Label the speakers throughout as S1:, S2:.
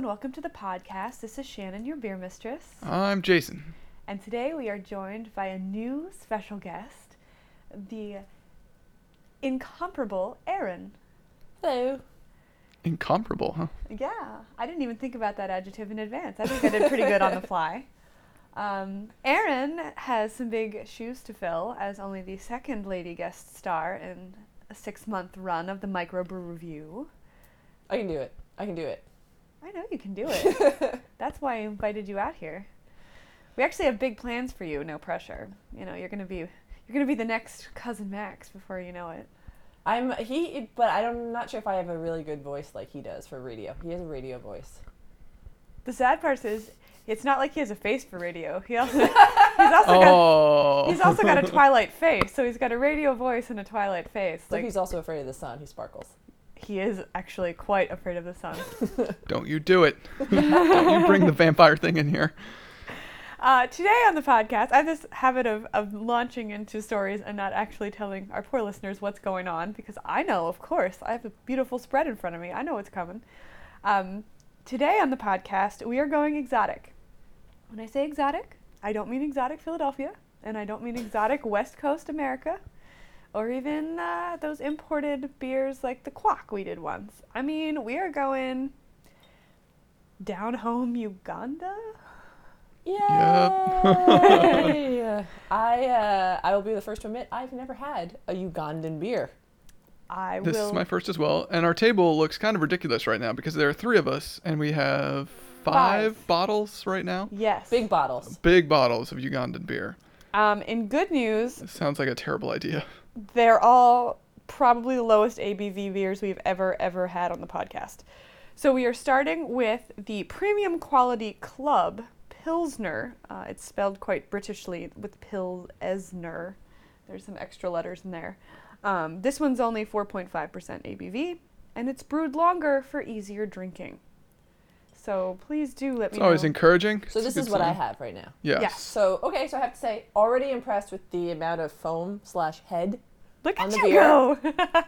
S1: Welcome to the podcast. This is Shannon, your beer mistress.
S2: I'm Jason.
S1: And today we are joined by a new special guest, the incomparable Erin.
S3: Hello.
S2: Incomparable, huh?
S1: Yeah, I didn't even think about that adjective in advance. I think I did pretty good on the fly. Um, Erin has some big shoes to fill as only the second lady guest star in a six month run of the Microbrew Review.
S3: I can do it. I can do it.
S1: I know you can do it. That's why I invited you out here. We actually have big plans for you. No pressure. You know, you're gonna be you're gonna be the next cousin Max before you know it.
S3: I'm he, but I'm not sure if I have a really good voice like he does for radio. He has a radio voice.
S1: The sad part is, it's not like he has a face for radio. He also he's also got
S2: oh.
S1: he's also got a twilight face. So he's got a radio voice and a twilight face.
S3: So
S1: Like
S3: he's also afraid of the sun. He sparkles.
S1: he is actually quite afraid of the sun.
S2: Don't you do it. Don't you bring the vampire thing in here.
S1: Uh, today on the podcast, I have this habit of, of launching into stories and not actually telling our poor listeners what's going on because I know, of course, I have a beautiful spread in front of me. I know what's coming. Um, today on the podcast, we are going exotic. When I say exotic, I don't mean exotic Philadelphia, and I don't mean exotic West Coast America, or even uh, those imported beers like the Quack we did once. I mean, we are going down home Uganda.
S3: Yay!
S2: Yep.
S3: I uh, I will be the first to admit I've never had a Ugandan beer.
S1: I
S2: This
S1: will
S2: is my first as well. And our table looks kind of ridiculous right now because there are three of us and we have five,
S1: Five.
S2: bottles right now.
S1: Yes.
S3: Big bottles.
S2: Big bottles of Ugandan beer.
S1: Um, in good news,
S2: This sounds like a terrible idea.
S1: they're all probably the lowest ABV beers we've ever, ever had on the podcast. So we are starting with the premium quality club Pilsner. Uh, it's spelled quite Britishly with Pilsner. There's some extra letters in there. Um, this one's only 4.5% ABV, and it's brewed longer for easier drinking. So please do let
S2: It's
S1: me know.
S2: always encouraging. It's
S3: So
S2: a
S3: this
S2: good
S3: is what I
S2: sign.
S3: have right now.
S2: Yes.
S1: Yes.
S3: So okay, so I have to say, already impressed with the amount of foam slash head.
S1: Look
S3: on
S1: at
S3: the
S1: you
S3: beer.
S1: go.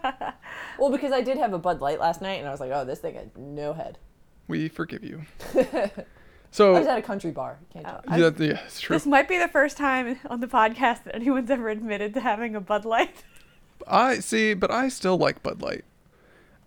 S3: Well, because I did have a Bud Light last night, and I was like, oh, this thing had no head.
S2: We forgive you.
S3: I
S2: So,
S3: was at a country bar. Can't tell.
S1: I-
S2: yeah, yeah, it's true.
S1: This might be the first time on the podcast that anyone's ever admitted to having a Bud Light.
S2: I see, but I still like Bud Light.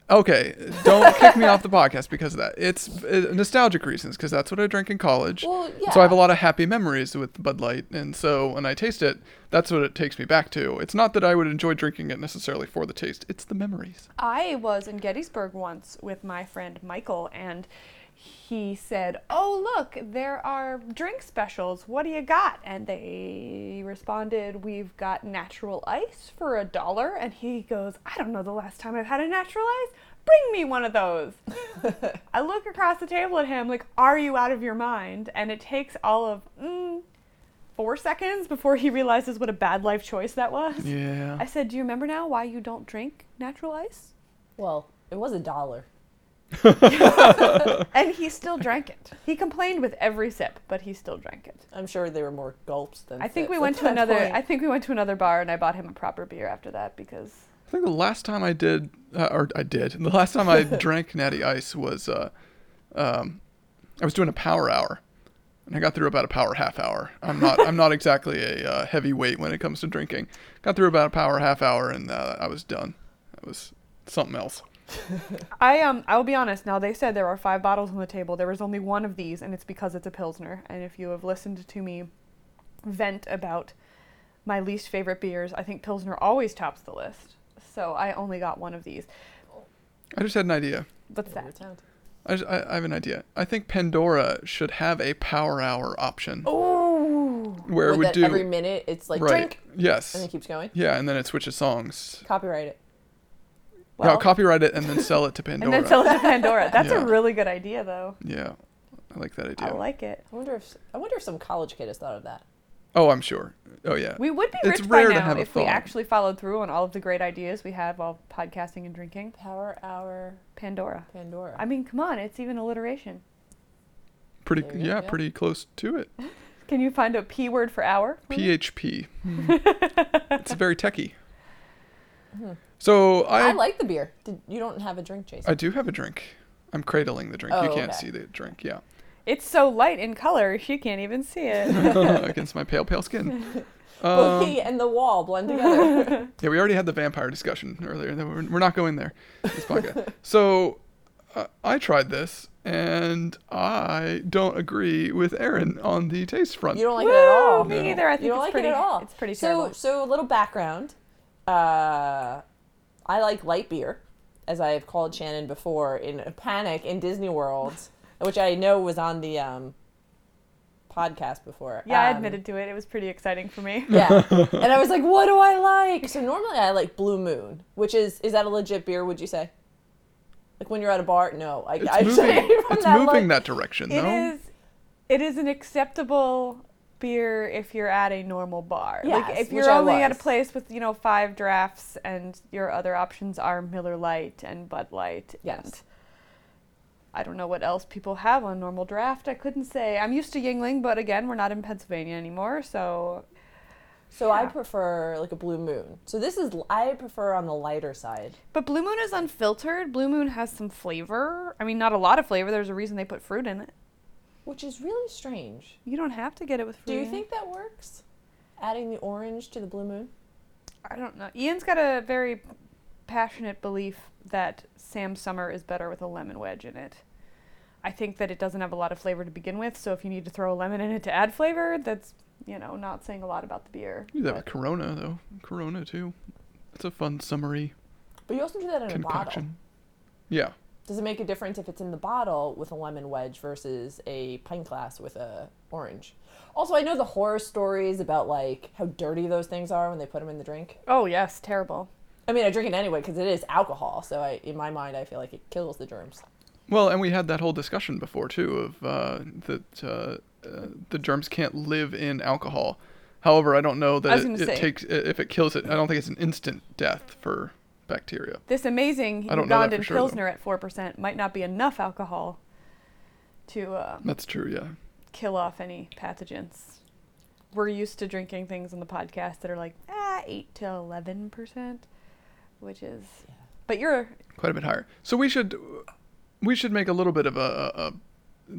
S2: Okay, don't kick me off the podcast because of that. It's uh nostalgic reasons because that's what I drank in college.
S3: Well,
S2: So I have a
S3: yeah.
S2: lot of happy memories with Bud Light, and so when I taste it, that's what it takes me back to. It's not that I would enjoy drinking it necessarily for the taste; it's the memories.
S1: I was in Gettysburg once with my friend Michael, and he said, Oh, look, there are drink specials. What do you got? And they responded, We've got natural ice for a dollar. And he goes, I don't know the last time I've had a natural ice. Bring me one of those. I look across the table at him, like, Are you out of your mind? And it takes all of mm, four seconds before he realizes what a bad life choice that was. I
S2: Yeah.
S1: said, Do you remember now why you don't drink natural ice?
S3: Well, it was a dollar.
S1: And he still drank it. He complained with every sip, but he still drank it.
S3: I'm sure there were more gulps than.
S1: I think
S3: sips
S1: we
S3: at
S1: went to
S3: that
S1: another
S3: point.
S1: I think we went to another bar and I bought him a proper beer after that because
S2: I think the last time I did, uh, or I did, the last time I drank Natty Ice was, uh, um, I was doing a power hour, and I got through about a power half hour. I'm not, I'm not exactly a uh, heavyweight when it comes to drinking. Got through about a power half hour, and uh, I was done. That was something else.
S1: I um I'll be honest, now they said there are five bottles on the table. There was only one of these and it's because it's a pilsner. And if you have listened to me vent about my least favorite beers, I think pilsner always tops the list. So I only got one of these.
S2: I just had an idea.
S1: What's
S3: Over
S1: that?
S3: town.
S2: I, just- I, I have an idea. I think Pandora should have a power hour option
S1: Oh,
S2: where it
S3: With
S2: would
S3: that
S2: do
S3: every minute it's like
S2: right.
S3: drink and
S2: Yes.
S3: it keeps going.
S2: Yeah, and then it switches songs.
S3: Copyright it.
S2: yeah, I'll
S1: well,
S2: copyright it and then sell it to
S1: and
S2: Pandora.
S1: then sell it to Pandora. That's
S2: Yeah.
S1: a really good idea though.
S2: yeah, I like that
S1: I
S2: idea.
S1: like it.
S3: I wonder if I wonder if some college kid has thought of that.
S2: oh, I'm sure. Oh yeah.
S1: We would be
S2: It's
S1: rich
S2: rare
S1: by
S2: to
S1: now
S2: have a
S1: if we
S2: thought.
S1: actually followed through on all of the great ideas we have while podcasting and drinking.
S3: Power Hour
S1: Pandora.
S3: Pandora.
S1: I mean, come on, it's even alliteration.
S2: pretty
S3: There you go, Uh-huh.
S2: yeah,
S3: yeah.
S2: pretty close to it.
S1: Can you find a P word for hour? for me?
S2: PHP. it's very techie. So
S3: I,
S2: I
S3: Uh-huh. like the beer. Did, you don't have a drink, Jason.
S2: I do have a drink. I'm cradling the drink. you
S3: Oh,
S2: can't
S3: okay.
S2: see the drink. Yeah.
S1: It's so light in color, she can't even see it.
S2: Against my pale, pale skin.
S3: well,
S2: Um,
S3: he and the wall blend together.
S2: yeah, we already had the vampire discussion earlier. that We're, we're not going there. This podcast. so uh, I tried this, and I don't agree with Aaron on the taste front.
S3: you don't like it at all.
S1: Me
S2: No.
S1: either. I think
S3: you don't
S1: it's
S3: like
S1: pretty.
S3: it at all.
S1: It's pretty
S3: so,
S1: terrible.
S3: So, a little background. Uh, I like light beer, as I have called Shannon before in a panic in Disney World, which I know was on the um, podcast before.
S1: yeah, I
S3: Um,
S1: admitted to it. It was pretty exciting for me.
S3: Yeah, and I was like, "What do I like?" So normally I like Blue Moon, which is is that a legit beer? Would you say? Like when you're at a bar? No, I,
S2: It's
S3: I
S2: moving, it's moving that direction,
S1: It
S2: though.
S1: is. It is an acceptable beer if you're at a normal bar. like
S3: Yes,
S1: if
S3: which
S1: you're
S3: I
S1: only at a
S3: was.
S1: place with you know five drafts and your other options are Miller Lite and Bud Light.
S3: Yes.
S1: And I don't know what else people have on normal draft. I couldn't say. I'm used to Yingling, but again, we're not in Pennsylvania anymore, so
S3: So I
S1: Yeah.
S3: prefer like a Blue Moon. So this is I prefer on the lighter side.
S1: But Blue Moon is unfiltered. Blue Moon has some flavor. I mean, not a lot of flavor. There's a reason they put fruit in it.
S3: Which is really strange.
S1: You don't have to get it with fruit.
S3: Do you
S1: in it.
S3: think that works? Adding the orange to the blue moon?
S1: I don't know. Ian's got a very passionate belief that Sam Summer is better with a lemon wedge in it. I think that it doesn't have a lot of flavor to begin with, so if you need to throw a lemon in it to add flavor, that's, you know, not saying a lot about the beer.
S2: You could have a Corona though. Corona too. It's a fun summery
S3: But you also do that in a bottle.
S2: concoction. Yeah.
S3: Does it make a difference if it's in the bottle with a lemon wedge versus a pint glass with a orange? Also, I know the horror stories about like how dirty those things are when they put them in the drink.
S1: Oh, yes, terrible.
S3: I mean, I drink it anyway because it is alcohol. So I, in my mind, I feel like it kills the germs.
S2: Well, and we had that whole discussion before too of uh, that uh, uh, the germs can't live in alcohol. However, I don't know
S1: I
S2: that
S1: was
S2: it,
S1: gonna
S2: it
S1: say.
S2: takes i- if it kills it. I don't think it's an instant death for bacteria.
S1: This amazing
S2: I don't know that
S1: Ugandan
S2: for sure, though.
S1: Pilsner at 4% might not be enough alcohol to uh,
S2: That's true. Yeah.
S1: kill off any pathogens. We're used to drinking things on the podcast that are like ah, eight to eleven percent, which is. But you're
S2: quite a bit higher. So we should we should make a little bit of a, a, a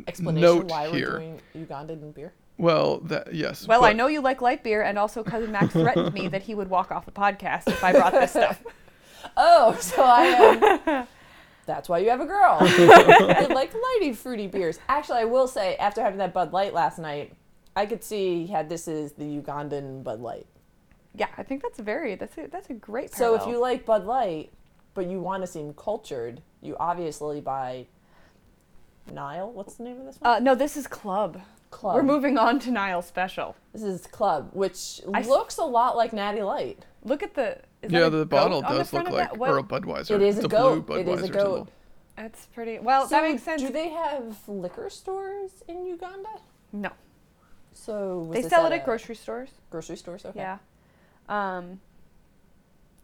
S3: Explanation
S2: Note
S3: why
S2: here.
S3: we're doing Ugandan beer.
S2: well that yes.
S1: well. I
S2: but-
S1: know you like light beer, and also cousin Max threatened me that he would walk off the podcast if I brought this stuff.
S3: Oh, so I am. That's why you have a girl. I like lighty, fruity beers. Actually, I will say, after having that Bud Light last night, I could see how this is the Ugandan Bud Light.
S1: Yeah, I think that's very that's a, that's a great.
S3: So if
S1: parallel.
S3: you like Bud Light, but you want to seem cultured, you obviously buy Nile. What's the name of this one?
S1: uh, no, this is club.
S3: club.
S1: We're moving on to Nile Special.
S3: This is Club, which
S1: I s-
S3: looks a lot like Natty Light.
S1: Look at the. Is that
S2: yeah,
S1: a
S2: the
S1: goat
S2: bottle
S1: on the
S2: does
S1: front
S2: look
S1: of that?
S2: like
S1: What-
S2: or a Budweiser.
S3: It is
S2: it's
S3: a
S2: a
S3: goat.
S2: blue
S3: It
S2: Budweiser
S3: is a goat.
S2: symbol.
S1: That's pretty. Well,
S3: So
S1: Oh, that makes sense.
S3: Do they have liquor stores in Uganda?
S1: no,
S3: So was
S1: they
S3: this
S1: sell it
S3: a
S1: at grocery stores.
S3: grocery stores. Okay.
S1: Yeah. Um,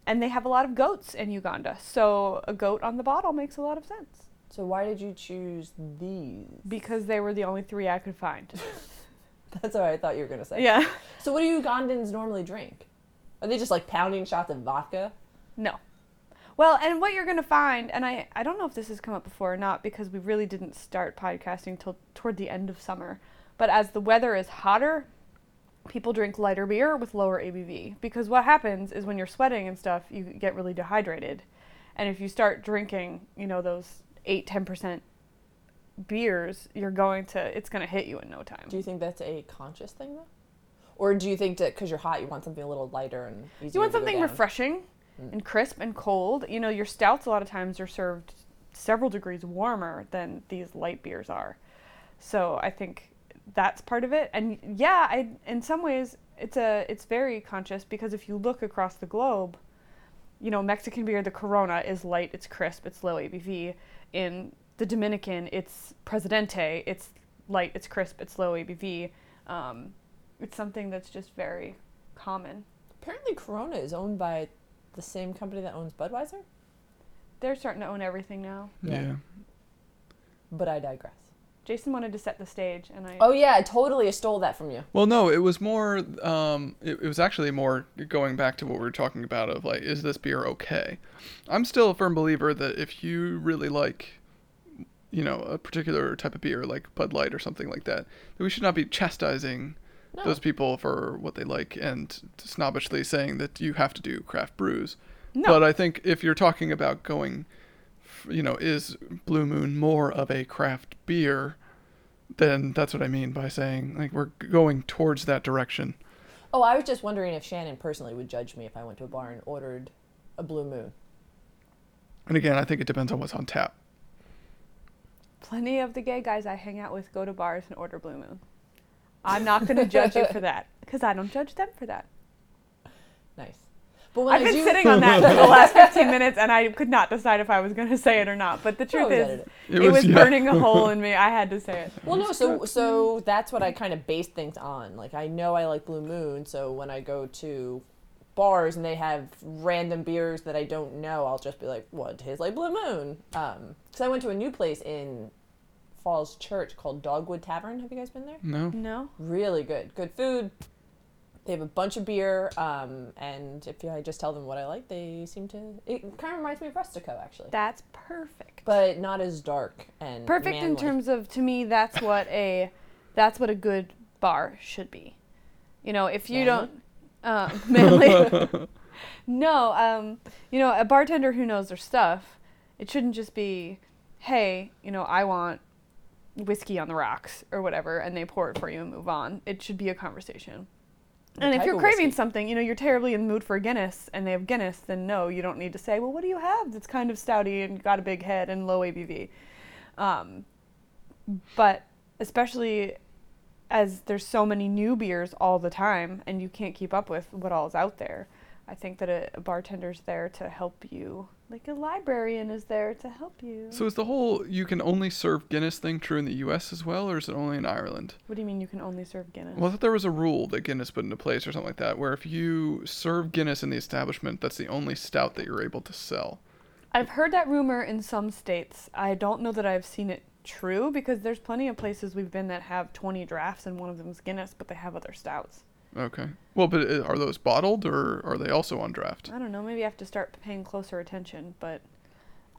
S1: and they have a lot of goats in Uganda, so a goat on the bottle makes a lot of sense
S3: So why did you choose these?
S1: because they were the only three I could find.
S3: That's what I thought you were gonna say.
S1: yeah.
S3: So what do Ugandans normally drink? Are they just like pounding shots of vodka?
S1: No. Well, and what you're going to find, and I, I don't know if this has come up before or not because we really didn't start podcasting till toward the end of summer, but as the weather is hotter, people drink lighter beer with lower ABV because what happens is when you're sweating and stuff, you get really dehydrated. And if you start drinking, you know, those 8 10% beers, you're going to it's going to hit you in no time.
S3: Do you think that's a conscious thing though, or do you think that because you're hot you want something a little lighter and easier?
S1: You want
S3: to go
S1: something
S3: down? Mm.
S1: refreshing and crisp and cold. You know, your stouts a lot of times are served several degrees warmer than these light beers are. So I think that's part of it. And yeah, I in some ways it's a it's very conscious because if you look across the globe, you know, Mexican beer, the Corona is light, it's crisp, it's low ABV. In the Dominican, it's Presidente, it's light, it's crisp, it's low ABV. Um, it's something that's just very common.
S3: Apparently, Corona is owned by the same company that owns Budweiser,
S1: They're starting to own everything now.
S3: Yeah.
S2: Yeah.
S3: but I digress.
S1: Jason wanted to set the stage, and I.
S3: Oh yeah, I totally stole that from you.
S2: Well, no, it was more. Um, it, it was actually more going back to what we were talking about of like, is this beer okay? I'm still a firm believer that if you really like you know a particular type of beer like Bud Light or something like that, that we should not be chastising
S3: No.
S2: those people for what they like and snobbishly saying that you have to do craft brews.
S1: No.
S2: But I think if you're talking about going, f- you know, is Blue Moon more of a craft beer? Then that's what I mean by saying like we're going towards that direction.
S3: Oh, I was just wondering if Shannon personally would judge me if I went to a bar and ordered a Blue Moon.
S2: And again, I think it depends on what's on tap.
S1: Plenty of the gay guys I hang out with go to bars and order Blue Moon. I'm not going to judge you for that because I don't judge them for that.
S3: Nice. But when
S1: I've
S3: I
S1: been
S3: do-
S1: sitting on that for the last 15 minutes and I could not decide if I was going to say it or not. But the truth
S3: we
S1: is,
S3: edited
S1: it,
S3: it.
S2: It
S1: was,
S2: was- yeah.
S1: burning a hole in me. I had to say it.
S3: Well, no, so so that's what I kind of base things on. Like I know I like Blue Moon, so when I go to bars and they have random beers that I don't know, I'll just be like, "What it tastes like Blue Moon?" Because I went to a new place in Falls Church called Dogwood Tavern. Have you guys been there?
S2: No.
S1: No?
S3: Really good, good food. They have a bunch of beer, um, and if I just tell them what I like, they seem to. It kind of reminds me of Rustico, actually,
S1: That's perfect.
S3: but not as dark and
S1: perfect in
S3: manly.
S1: terms of to me that's what a that's what a good bar should be you know if you
S3: Manly?
S1: don't uh, manly no um, you know a bartender who knows their stuff it shouldn't just be hey you know i want whiskey on the rocks or whatever and they pour it for you and move on it should be a conversation
S3: The
S1: and if
S3: type
S1: you're
S3: of
S1: craving
S3: whiskey.
S1: something, you know, you're terribly in the mood for a Guinness and they have Guinness, then no, you don't need to say, well, what do you have that's kind of stouty and got a big head and low ABV? Um, but especially as there's so many new beers all the time and you can't keep up with what all is out there, I think that a, a bartender's there to help you, like a librarian is there to help you.
S2: So is the whole you can only serve Guinness thing true in the U.S. as well, or is it only in Ireland?
S1: what do you mean you can only serve Guinness?
S2: Well, I thought there was a rule that Guinness put into place or something like that, where if you serve Guinness in the establishment, that's the only stout that you're able to sell.
S1: I've heard that rumor in some states. I don't know that I've seen it true because there's plenty of places we've been that have 20 drafts and one of them is Guinness, but they have other stouts.
S2: Okay. Well, but uh, are those bottled or are they also on draft?
S1: I don't know. Maybe I have to start paying closer attention, but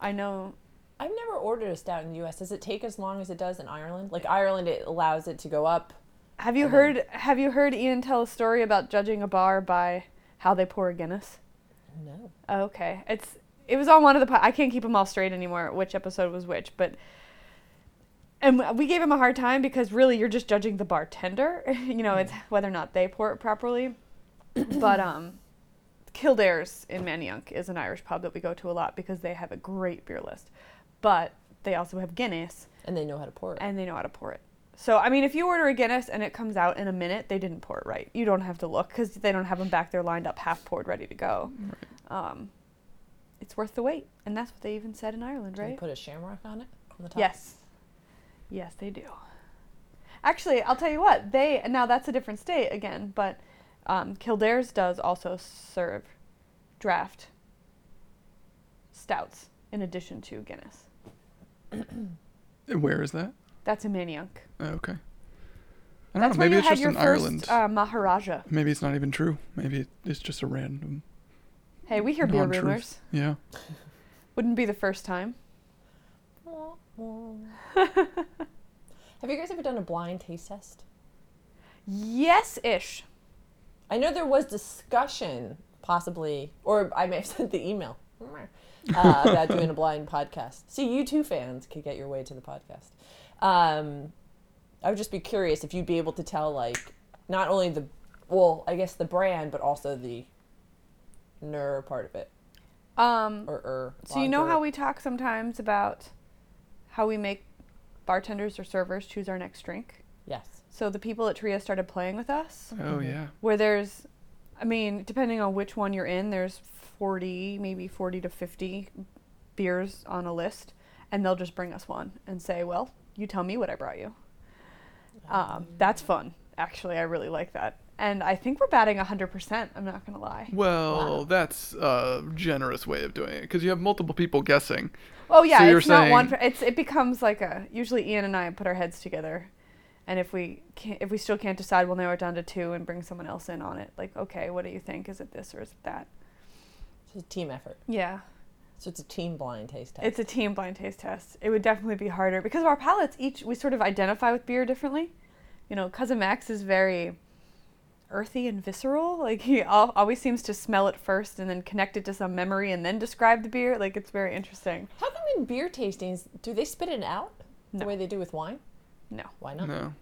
S1: I know.
S3: I've never ordered a stout in the U.S. Does it take as long as it does in Ireland? Like Ireland, it allows it to go up.
S1: Have you
S3: And then-
S1: heard? Have you heard Ian tell a story about judging a bar by how they pour a Guinness?
S3: No.
S1: Okay, it's it was on one of the. Po- I can't keep them all straight anymore. Which episode was which? But and w- we gave him a hard time because really you're just judging the bartender. you know, it's whether or not they pour it properly. but um, Kildare's in Manayunk is an Irish pub that we go to a lot because they have a great beer list, but they also have Guinness
S3: And they know how to pour it.
S1: and they know how to pour it. So I mean, if you order a Guinness and it comes out in a minute, they didn't pour it right. You don't have to look because they don't have them back there lined up, half poured, ready to go. Um, it's worth the wait, and that's what they even said in Ireland,
S3: Do they
S1: right?
S3: put a shamrock on it on the top.
S1: Yes, yes, they do. Actually, I'll tell you what they now that's a different state again, but um, Kildare's does also serve draft stouts in addition to Guinness.
S2: Uh, Where is that?
S1: That's in Manayunk.
S2: Oh, Okay. I don't
S1: That's
S2: know.
S1: where
S2: Maybe
S1: you
S2: it's
S1: had
S2: just
S1: your
S2: in
S1: first
S2: Ireland.
S1: Uh, Maharaja.
S2: Maybe it's not even true. Maybe it- it's just a random.
S1: Hey, we hear beer
S2: Non-truth.
S1: rumors.
S2: Yeah.
S1: Wouldn't be the first time.
S3: Have you guys ever done a blind taste test?
S1: Yes ish.
S3: I know there was discussion, possibly, or I may have sent the email uh, about doing a blind podcast. See, you two fans could get your way to the podcast. Um, I would just be curious if you'd be able to tell, like, not only the, well, I guess the brand, but also the ner part of it.
S1: Um,
S3: Or, er.
S1: so you know
S3: lager.
S1: how we talk sometimes about how we make bartenders or servers choose our next drink?
S3: Yes.
S1: So the people at Tria started playing with us,
S2: Oh yeah.
S1: where there's, I mean, depending on which one you're in, there's 40, maybe 40 to 50 beers on a list, and they'll just bring us one and say, well, you tell me what I brought you. Um, that's fun, actually. I really like that. And I think we're batting 100%, I'm not going to lie.
S2: Well, that's a generous way of doing it because you have multiple people guessing.
S1: Oh yeah,
S2: So you're
S1: it's not one.
S2: saying-
S1: per- It's it becomes like a. Usually, Ian and I put our heads together, and if we can't, if we still can't decide, we'll narrow it down to two and bring someone else in on it. Like, okay, what do you think? Is it this or is it that?
S3: It's a team effort.
S1: Yeah,
S3: So it's a team blind taste test.
S1: It's a team blind taste test. It would definitely be harder because of our palates. Each we sort of identify with beer differently. You know, cousin Max is very earthy and visceral. Like he al- always seems to smell it first and then connect it to some memory and then describe the beer. Like it's very interesting.
S3: How come in beer tastings do they spit it out the
S1: No.
S3: way they do with wine?
S1: No,
S3: Why not?
S2: No.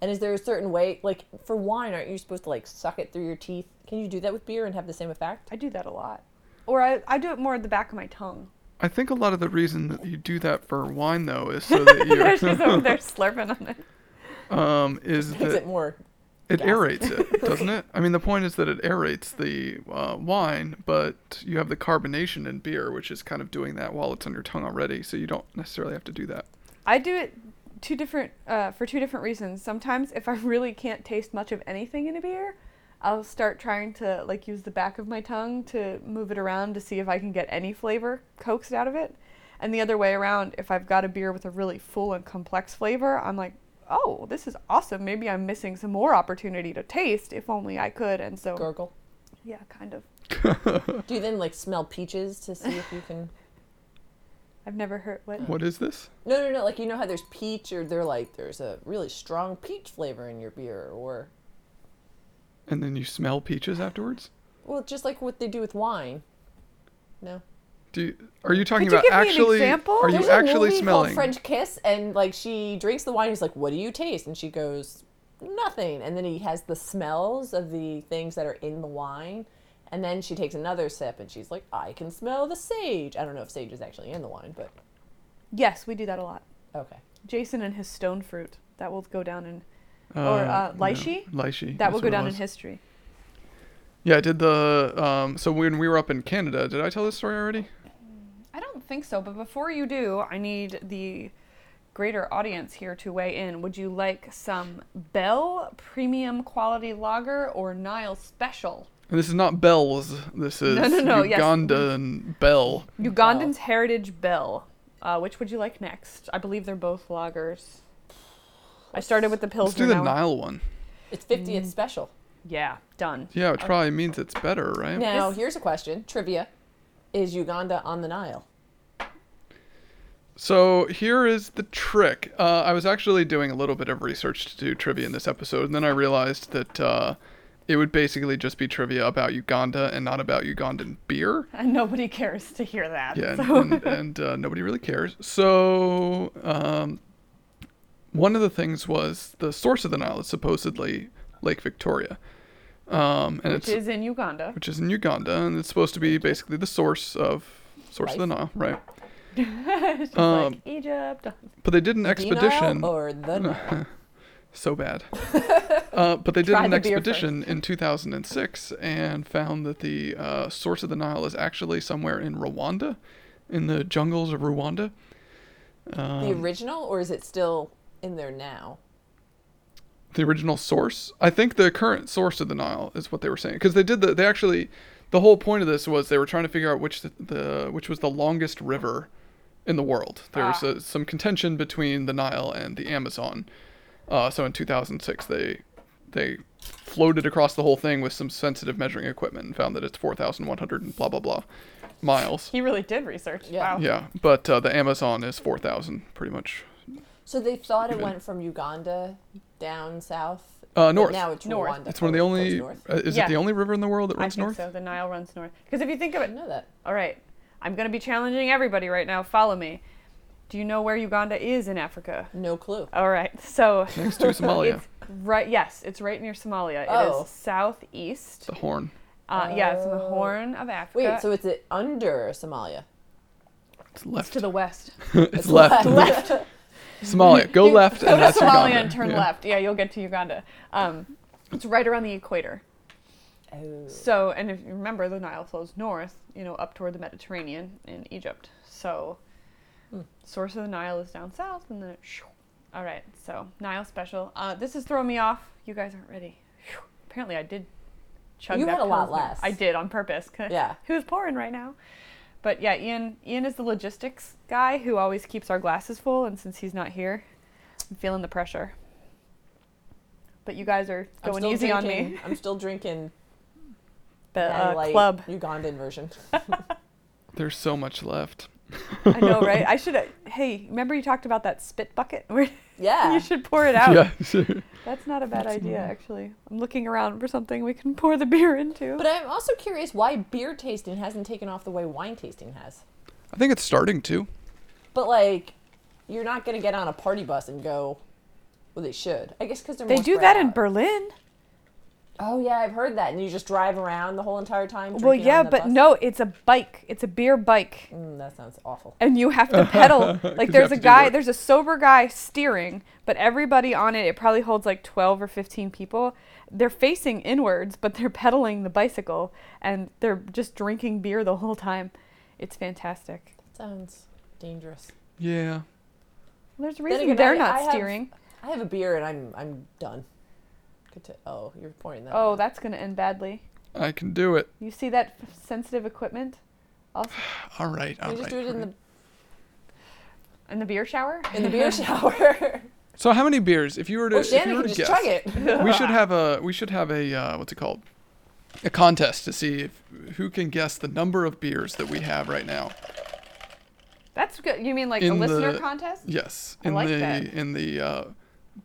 S3: And is there a certain way, like for wine, aren't you supposed to like suck it through your teeth? Can you do that with beer and have the same effect?
S1: I do that a lot, or I, I do it more at the back of my tongue.
S2: I think a lot of the reason that you do that for wine though is so that you
S1: She's over there slurping on it.
S2: um is
S3: Makes
S2: that
S3: it more.
S2: it
S3: gas.
S2: aerates it, doesn't it? I mean, the point is that it aerates the uh, wine, but you have the carbonation in beer, which is kind of doing that while it's on your tongue already, so you don't necessarily have to do that.
S1: I do it two different uh, for two different reasons. Sometimes if I really can't taste much of anything in a beer, I'll start trying to like use the back of my tongue to move it around to see if I can get any flavor coaxed out of it. And the other way around, if I've got a beer with a really full and complex flavor, I'm like, oh, this is awesome. Maybe I'm missing some more opportunity to taste if only I could. And so,
S3: Gurgle.
S1: yeah, kind of.
S3: Do you then like smell peaches to see if you can?
S1: I've never heard what.
S2: What is this?
S3: No, no, no. Like you know how there's peach, or they're like there's a really strong peach flavor in your beer, or
S2: And then you smell peaches afterwards?
S3: well, just like what they do with wine. No.
S2: Do you, are you talking
S1: Could you give
S2: about
S1: me an
S2: actually?
S1: example?
S2: Are you
S3: There's a
S2: actually
S3: movie
S2: smelling?
S3: called French Kiss, and like she drinks the wine. He's like, "What do you taste?" And she goes, "Nothing." And then he has the smells of the things that are in the wine, and then she takes another sip, and she's like, "I can smell the sage." I don't know if sage is actually in the wine, but
S1: Yes, we do that a lot.
S3: okay.
S1: Jason and his stone fruit. That will go down in. or, uh,
S2: no,
S1: lychee?
S2: lychee.
S1: That
S2: that's
S1: will go
S2: what it
S1: down in
S2: was.
S1: history.
S2: Yeah, I did the um. So when we were up in Canada, did I tell this story already?
S1: I don't think so, but before you do, I need the greater audience here to weigh in. Would you like some Bell premium quality lager or Nile special?
S2: And this is not Bell's. This is
S1: no, no, yes.
S2: Uganda and Bell.
S1: Ugandan's Heritage Bell. Uh, which would you like next? I believe they're both lagers. I started with the Pilsner.
S2: Let's do the
S1: now-
S2: Nile one.
S3: It's 50th
S2: Mm.
S3: special.
S1: Yeah, done.
S2: Yeah, which probably means it's better, right?
S3: Now,
S1: This-
S3: here's a question: Trivia: Is Uganda on the Nile?
S2: So here is the trick. Uh, I was actually doing a little bit of research to do trivia in this episode, and then I realized that uh, it would basically just be trivia about Uganda and not about Ugandan beer.
S1: And nobody cares to hear that.
S2: Yeah, and,
S1: so-
S2: and, and uh, nobody really cares. So um, one of the things was the source of the Nile is supposedly Lake Victoria, um, and
S1: Which
S2: it's
S1: is in Uganda.
S2: which is in Uganda, and it's supposed to be basically the source of source of the Nile, right?
S1: It's just
S2: Um,
S1: like Egypt.
S2: But they did an
S3: The Nile
S2: expedition.
S3: or the Nile?
S2: so bad. uh, but they did
S3: Try
S2: an
S3: the beer
S2: expedition in 2006 and found that the uh, source of the Nile is actually somewhere in Rwanda, in the jungles of Rwanda.
S3: the original, or is it still in there now?
S2: The original source, I think, the current source of the Nile is what they were saying because they did the. They actually, the whole point of this was they were trying to figure out which the, the which was the longest river in the world. There
S1: Ah.
S2: was uh some contention between the Nile and the Amazon. Uh, so in 2006, they they floated across the whole thing with some sensitive measuring equipment and found that it's 4,100 and blah blah blah miles.
S1: He really did research.
S3: Yeah.
S1: Wow.
S2: Yeah, but uh, the Amazon is 4,000 pretty much.
S3: So they thought it
S2: Even-
S3: went from Uganda down south.
S2: Uh,
S3: but
S2: north.
S3: Now it's
S1: North.
S3: Rwanda.
S2: It's one of the
S3: Oh, it goes
S2: only.
S3: north.
S2: Uh, is
S1: Yeah.
S2: it the only river in the world that
S1: I
S2: runs
S1: think
S2: north?
S1: so. The Nile runs north. Because if you think of
S3: I
S1: it,
S3: didn't know that.
S1: All right, I'm going to be challenging everybody right now. Follow me. Do you know where Uganda is in Africa?
S3: No clue.
S1: All right, so
S2: Next to Somalia.
S1: it's right. Yes, it's right near Somalia.
S3: Oh.
S1: It is southeast.
S2: the horn.
S1: Uh, yeah, it's in the Horn of Africa.
S3: Wait, so it's it under Somalia?
S2: It's left.
S1: it's to the west.
S2: it's, left.
S3: left.
S2: Somalia. Go left
S1: Go
S2: and
S1: to
S2: that's
S1: Somalia
S2: Uganda.
S1: and turn
S2: Yeah.
S1: left. Yeah, you'll get to Uganda. Um, it's right around the equator.
S3: Oh.
S1: So, and if you remember, the Nile flows north, you know, up toward the Mediterranean in Egypt. So,
S3: Hmm.
S1: source of the Nile is down south, and then it. shoo. All right, so Nile special. Uh, this is throwing me off. You guys aren't ready. Phew. Apparently, I did chug
S3: You
S1: that
S3: had a lot
S1: Pilsner.
S3: less.
S1: I did on purpose. 'cause
S3: Yeah.
S1: Who's pouring right now? But yeah, Ian. Ian is the logistics guy who always keeps our glasses full, and since he's not here, I'm feeling the pressure. But you guys are
S3: I'm
S1: going
S3: still
S1: easy on me.
S3: drinking- I'm still drinking
S1: The
S3: Natty
S1: uh,
S3: Light
S1: club.
S3: Ugandan version.
S2: There's so much left.
S1: I know, right? I should. Hey, remember you talked about that spit bucket? Where
S3: Yeah.
S1: you should pour it out.
S2: Yeah, sure.
S1: That's not a bad
S2: That's
S1: idea,
S2: not-
S1: actually. I'm looking around for something we can pour the beer into.
S3: But I'm also curious why beer tasting hasn't taken off the way wine tasting has.
S2: I think it's starting to.
S3: But like, you're not gonna get on a party bus and go. Well, they should. I guess because they're
S1: they
S3: more
S1: do
S3: spread
S1: that in
S3: out.
S1: Berlin.
S3: Oh yeah, I've heard that. And you just drive around the whole entire time.
S1: well,
S3: drinking on
S1: yeah,
S3: the
S1: but
S3: bus?
S1: no, it's a bike. It's a beer bike.
S3: Mm, that sounds awful.
S1: and you have to pedal.
S2: 'Cause
S1: like
S2: you
S1: there's
S2: have
S1: a
S2: to do
S1: guy,
S2: work.
S1: there's a sober guy steering, but everybody on it, it probably holds like 12 or 15 people. They're facing inwards, but they're pedaling the bicycle and they're just drinking beer the whole time. It's fantastic.
S3: Sounds dangerous.
S2: Yeah.
S1: There's a reason
S3: again,
S1: they're
S3: I-
S1: not
S3: I have-
S1: steering.
S3: I have a beer and I'm I'm done. Good to, oh, you're pointing that.
S1: Oh,
S3: out.
S1: that's going to end badly.
S2: I can do it.
S1: You see that f- sensitive equipment? Also,
S2: All right. all
S3: You just
S2: right,
S3: do it
S2: all
S3: in
S2: right.
S3: the
S1: in the beer shower?
S3: in the beer shower.
S2: So how many beers? If you were to,
S3: oh,
S2: if you
S3: Shannon
S2: were
S3: can
S2: to
S3: just
S2: guess,
S3: chug it.
S2: we should have a we should have a uh, what's it called? A contest to see if who can guess the number of beers that we have right now.
S1: That's good. You mean like a
S2: In
S1: listener
S2: the-
S1: contest?
S2: Yes,
S1: I
S2: in
S1: like
S2: the
S1: that.
S2: in the uh,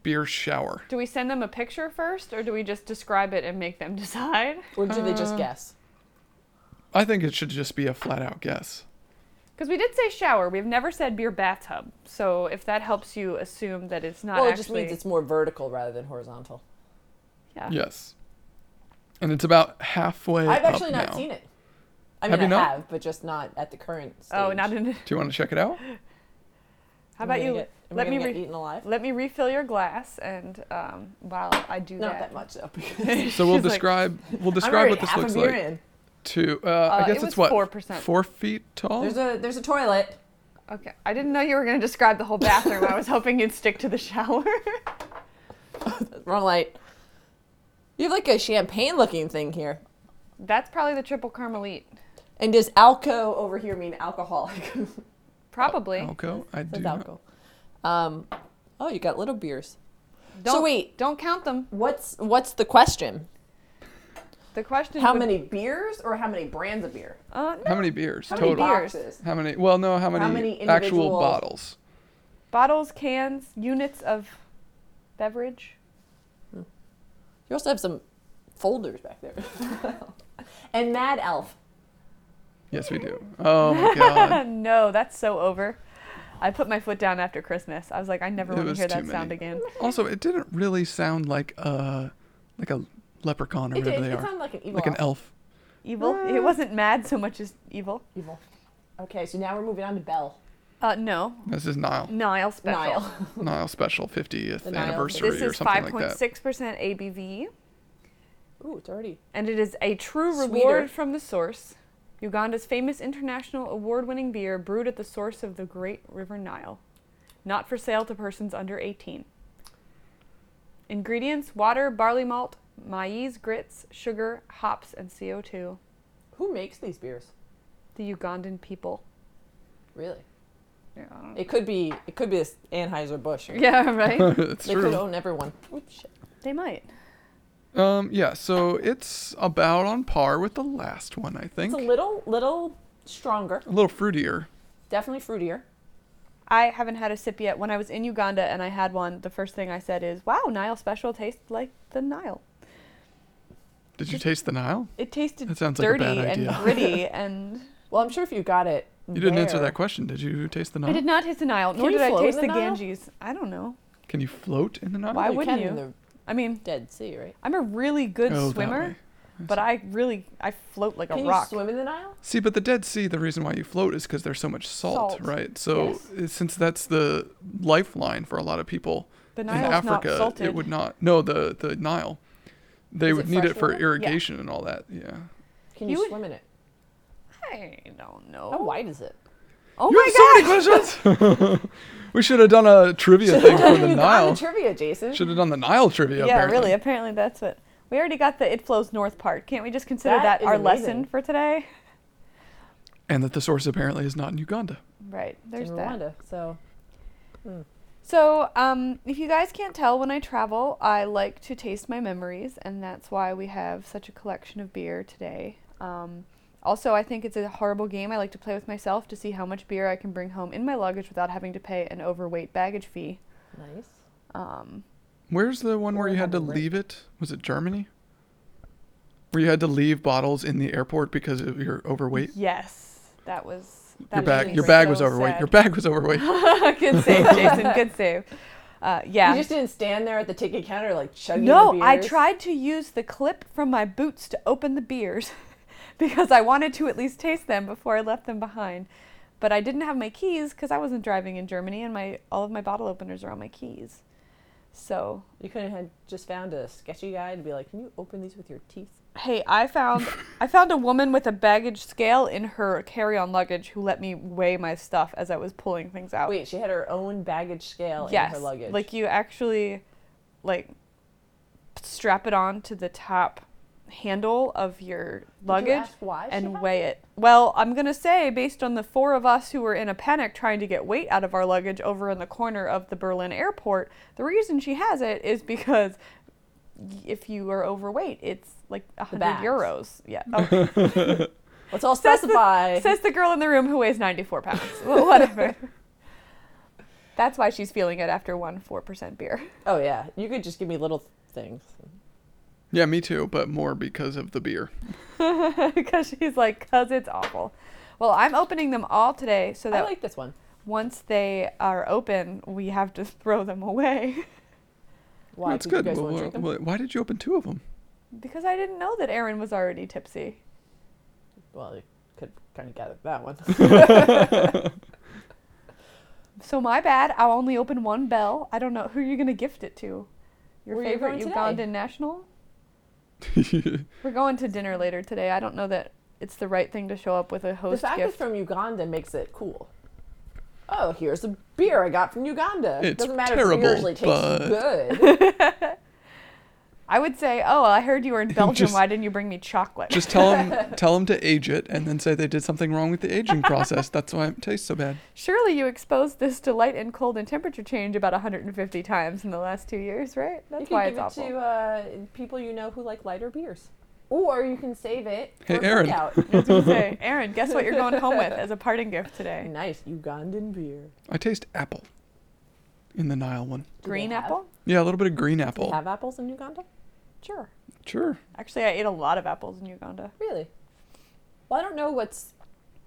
S2: beer shower.
S1: Do we send them a picture first or do we just describe it and make them decide?
S3: or do they
S1: Mm,
S3: just
S2: Uh,
S3: guess?
S2: I think it should just be a flat out guess.
S1: Because we did say shower, we've never said beer bathtub. So if that helps you assume that it's not
S3: Well, it just
S1: actually,
S3: means it's more vertical rather than horizontal.
S1: yeah.
S2: Yes. And it's about halfway.
S3: I've actually
S2: up
S3: not
S2: now.
S3: seen it. I mean,
S2: Have you
S3: I
S2: not?
S3: have, but just not at the current stage.
S1: Oh, not in.
S2: Do you want to check it out?
S1: How about you? let me
S3: re-
S1: re-
S3: eaten alive.
S1: let me refill your glass, and um, while I do
S3: Not
S1: that,
S3: that much though. Because
S2: So we'll
S1: She's like,
S2: describe we'll
S3: I'm
S2: describe
S3: already
S2: what this
S3: half
S2: looks
S3: a beer
S2: like.
S3: in.
S2: To uh,
S1: Uh,
S2: I guess
S1: it was
S2: it's what
S1: 4%.
S2: four feet tall.
S3: There's a there's a toilet.
S1: okay, I didn't know you were going to describe the whole bathroom. I was hoping you'd stick to the shower.
S3: Wrong light. You have like a champagne looking thing here.
S1: That's probably the triple carmelite.
S3: And does alco over here mean alcoholic? Oh,
S1: Probably.
S2: Alco, I do.
S3: That's
S2: not-
S3: alcohol. Um, oh, you got little beers.
S1: Don't,
S3: wait.
S1: don't count them.
S3: What's what's the question?
S1: The question.
S3: How
S1: would-
S3: many beers or how many brands of beer?
S1: Uh, no.
S2: How many beers
S1: How many
S2: total?
S1: beers?
S3: Boxes.
S2: How many? Well, no. How many,
S3: many
S2: actual
S3: individual-
S2: bottles?
S1: bottles, cans, units of beverage?
S3: You also have some folders back there. and Mad Elf.
S2: Yes, we do. Oh my god.
S3: Um,
S1: no, that's so over. I put my foot down after Christmas. I was like, I never
S2: It
S1: want to
S2: was
S1: hear that
S2: too
S1: sound
S2: many.
S1: again.
S2: also, it didn't really sound like a like a leprechaun or
S3: It,
S2: whatever
S3: did,
S2: they
S3: it
S2: are,
S3: sounded like an evil.
S2: like an elf.
S1: Evil.
S3: Mm.
S1: It wasn't mad so much as evil.
S3: Evil. Okay, so now we're moving on to Bell.
S1: Uh, no,
S2: This is Nile
S1: Nile special.
S3: Nile.
S2: Nile Special 50th
S3: The Nile.
S2: anniversary
S1: This
S2: or
S1: is
S2: something
S1: five
S2: like
S1: point
S2: that.
S1: six percent ABV,
S3: Ooh, it's already.
S1: and it is a true
S3: Sweeter.
S1: reward from the source. Uganda's famous international award-winning beer brewed at the source of the Great River Nile. Not for sale to persons under 18. Ingredients: water, barley malt, maize, grits, sugar, hops, and CO2.
S3: Who makes these beers?
S1: the Ugandan people.
S3: Really?
S1: Yeah,
S3: It could be. It could be this Anheuser Busch.
S1: right.
S2: That's
S3: They could
S2: true.
S3: own everyone. Oops, shit.
S1: they might.
S2: Um, yeah, so it's about on par with the last one, I think.
S3: It's
S2: A
S3: a little, little stronger.
S2: little fruitier.
S3: Definitely fruitier.
S1: I haven't had a sip yet. When I was in Uganda and I had one, the first thing I said is, "Wow, Nile Special tastes like the Nile."
S2: Did you taste the Nile?
S1: It tasted
S2: That sounds like a
S1: dirty
S2: bad
S1: and
S2: idea.
S1: gritty, and
S3: Well, I'm sure if you got it.
S2: You didn't answer
S3: there-
S2: that question. Did you taste the Nile?
S1: I did not taste the Nile,
S3: Can
S1: nor
S3: you
S1: did I
S3: float
S1: taste
S3: in
S1: the,
S3: the Nile?
S1: Ganges. I don't know.
S2: Can you float in the Nile?
S1: Why
S3: Well,
S1: wouldn't
S3: can
S1: you?
S3: In
S1: I mean,
S3: the Dead Sea, right?
S1: I'm a really good
S2: Oh, that
S1: swimmer,
S2: way.
S1: but I really I float like
S3: Can
S1: a
S3: you
S1: rock.
S3: swim in the Nile?
S2: See, but the Dead Sea, the reason why you float is because there's so much salt,
S1: Salt.
S2: right? So
S1: Yes.
S2: uh, since that's the lifeline for a lot of people
S1: The
S2: in
S1: Nile's not
S2: Africa,
S1: salted.
S2: it would not. No, the the Nile. They
S3: Is
S2: would
S3: it
S2: need it for
S3: freshwater? Yeah.
S2: irrigation and all that. Yeah.
S3: Can
S1: You
S3: you,
S1: would-
S3: swim in it?
S1: I don't know.
S3: How wide is it?
S1: Oh
S2: you
S1: my god!
S2: have so many questions. we should have done a trivia thing for the
S3: You-
S2: Nile.
S3: I'm the trivia, Jason.
S2: Should have done the Nile
S1: Yeah,
S2: trivia. apparently.
S1: really. Apparently, that's what we already got. The it flows north part. Can't we just consider
S3: That
S1: that,
S3: is
S1: our
S3: amazing.
S1: lesson for today?
S2: And that the source apparently is not in Uganda.
S1: Right.
S3: It's
S1: There's
S3: in
S1: that.
S3: Rwanda, so
S1: So, um, if you guys can't tell, when I travel, I like to taste my memories, and that's why we have such a collection of beer today. Um, Also, I think it's a horrible game I like to play with myself to see how much beer I can bring home in my luggage without having to pay an overweight baggage fee.
S3: Nice.
S1: Um,
S2: Where's the one where
S3: Or
S2: you had to
S3: Hamburg.
S2: leave it? Was it Germany? Where you had to leave bottles in the airport because of your overweight?
S1: yes, that was. That
S2: your bag
S1: made
S2: your
S1: me
S2: bag was
S1: so
S2: overweight. Your
S1: sad.
S2: bag was overweight.
S1: good save, Jason. Good save. Uh, yeah.
S3: You just didn't stand there at the ticket counter like chugging. the
S1: No, I
S3: beers?
S1: tried to use the clip from my boots to open the beers because I wanted to at least taste them before I left them behind. But I didn't have my keys because I wasn't driving in Germany and my all of my bottle openers are on my keys. So,
S3: You couldn't have just found a sketchy guy to be like, "Can you open these with your teeth?"
S1: hey, I found I found a woman with a baggage scale in her carry-on luggage who let me weigh my stuff as I was pulling things out.
S3: Oh, Wait, she had her own baggage scale
S1: yes,
S3: in her luggage.
S1: like you actually like strap it on to the top handle of your
S3: Did
S1: luggage.
S3: you ask why Oh, she
S1: and
S3: had
S1: weigh
S3: it?
S1: it. Well, I'm going to say, based on the four of us who were in a panic trying to get weight out of our luggage over in the corner of the Berlin airport, the reason she has it is because y- if you are overweight, it's like a 100
S3: bags.
S1: euros. Yeah. Oh,
S3: Let's all
S1: says the-
S3: specify.
S1: says the girl in the room who weighs 94 pounds. Well, whatever. That's why she's feeling it after one 4% beer.
S3: oh yeah, you could just give me little things.
S2: Yeah, me too, but more because of the beer.
S1: Because she's like, because it's awful. Well, I'm opening them all today so
S3: I
S1: that
S3: like this one.
S1: once they are open, we have to throw them away
S3: Why?
S2: That's
S3: 'Cause you
S2: good.
S3: guys
S2: Well,
S3: wanna
S2: well,
S3: drink 'em?
S2: well, why did you open two of them?
S1: because I didn't know that Aaron was already tipsy.
S3: Well, you could kind of gather that one.
S1: So my bad. I'll only open one bell. I don't know who you're gonna gift it to. Your
S3: Where you
S1: favorite
S3: going today?
S1: Ugandan national. We're going to dinner later today. I don't know that it's the right thing to show up with a
S3: the
S1: host
S3: fact it's
S1: gift.
S3: from Uganda makes it cool. Oh, here's a beer I got from Uganda.
S2: It's
S3: Doesn't matter
S2: terrible,
S3: if it usually tastes
S2: but-
S3: good.
S1: I would say, oh, well, I heard you were in Belgium.
S2: Just-
S1: Why didn't you bring me chocolate?
S2: Just tell them tell them to age it and then say they did something wrong with the aging process. That's why it tastes so bad.
S1: Surely you exposed this to light and cold and temperature change about 150 times in the last two years, right?
S3: you
S1: That's
S3: can
S1: why
S3: give
S1: it's
S3: it
S1: awful.
S3: to uh, people you know who like lighter beers, or you can save it.
S2: Hey,
S3: for
S2: Aaron.
S3: cookout.
S1: I was gonna say, Aaron, guess what you're going home with as a parting gift today?
S3: nice Ugandan beer.
S2: I taste apple in the Nile one.
S3: Do they
S1: Green
S3: have-
S1: apple?
S2: Yeah, a little bit of green
S3: Do they
S2: apple.
S3: have apples in Uganda?
S1: Sure.
S2: Sure.
S1: Actually, I ate a lot of apples in Uganda.
S3: Really? Well, I don't know what's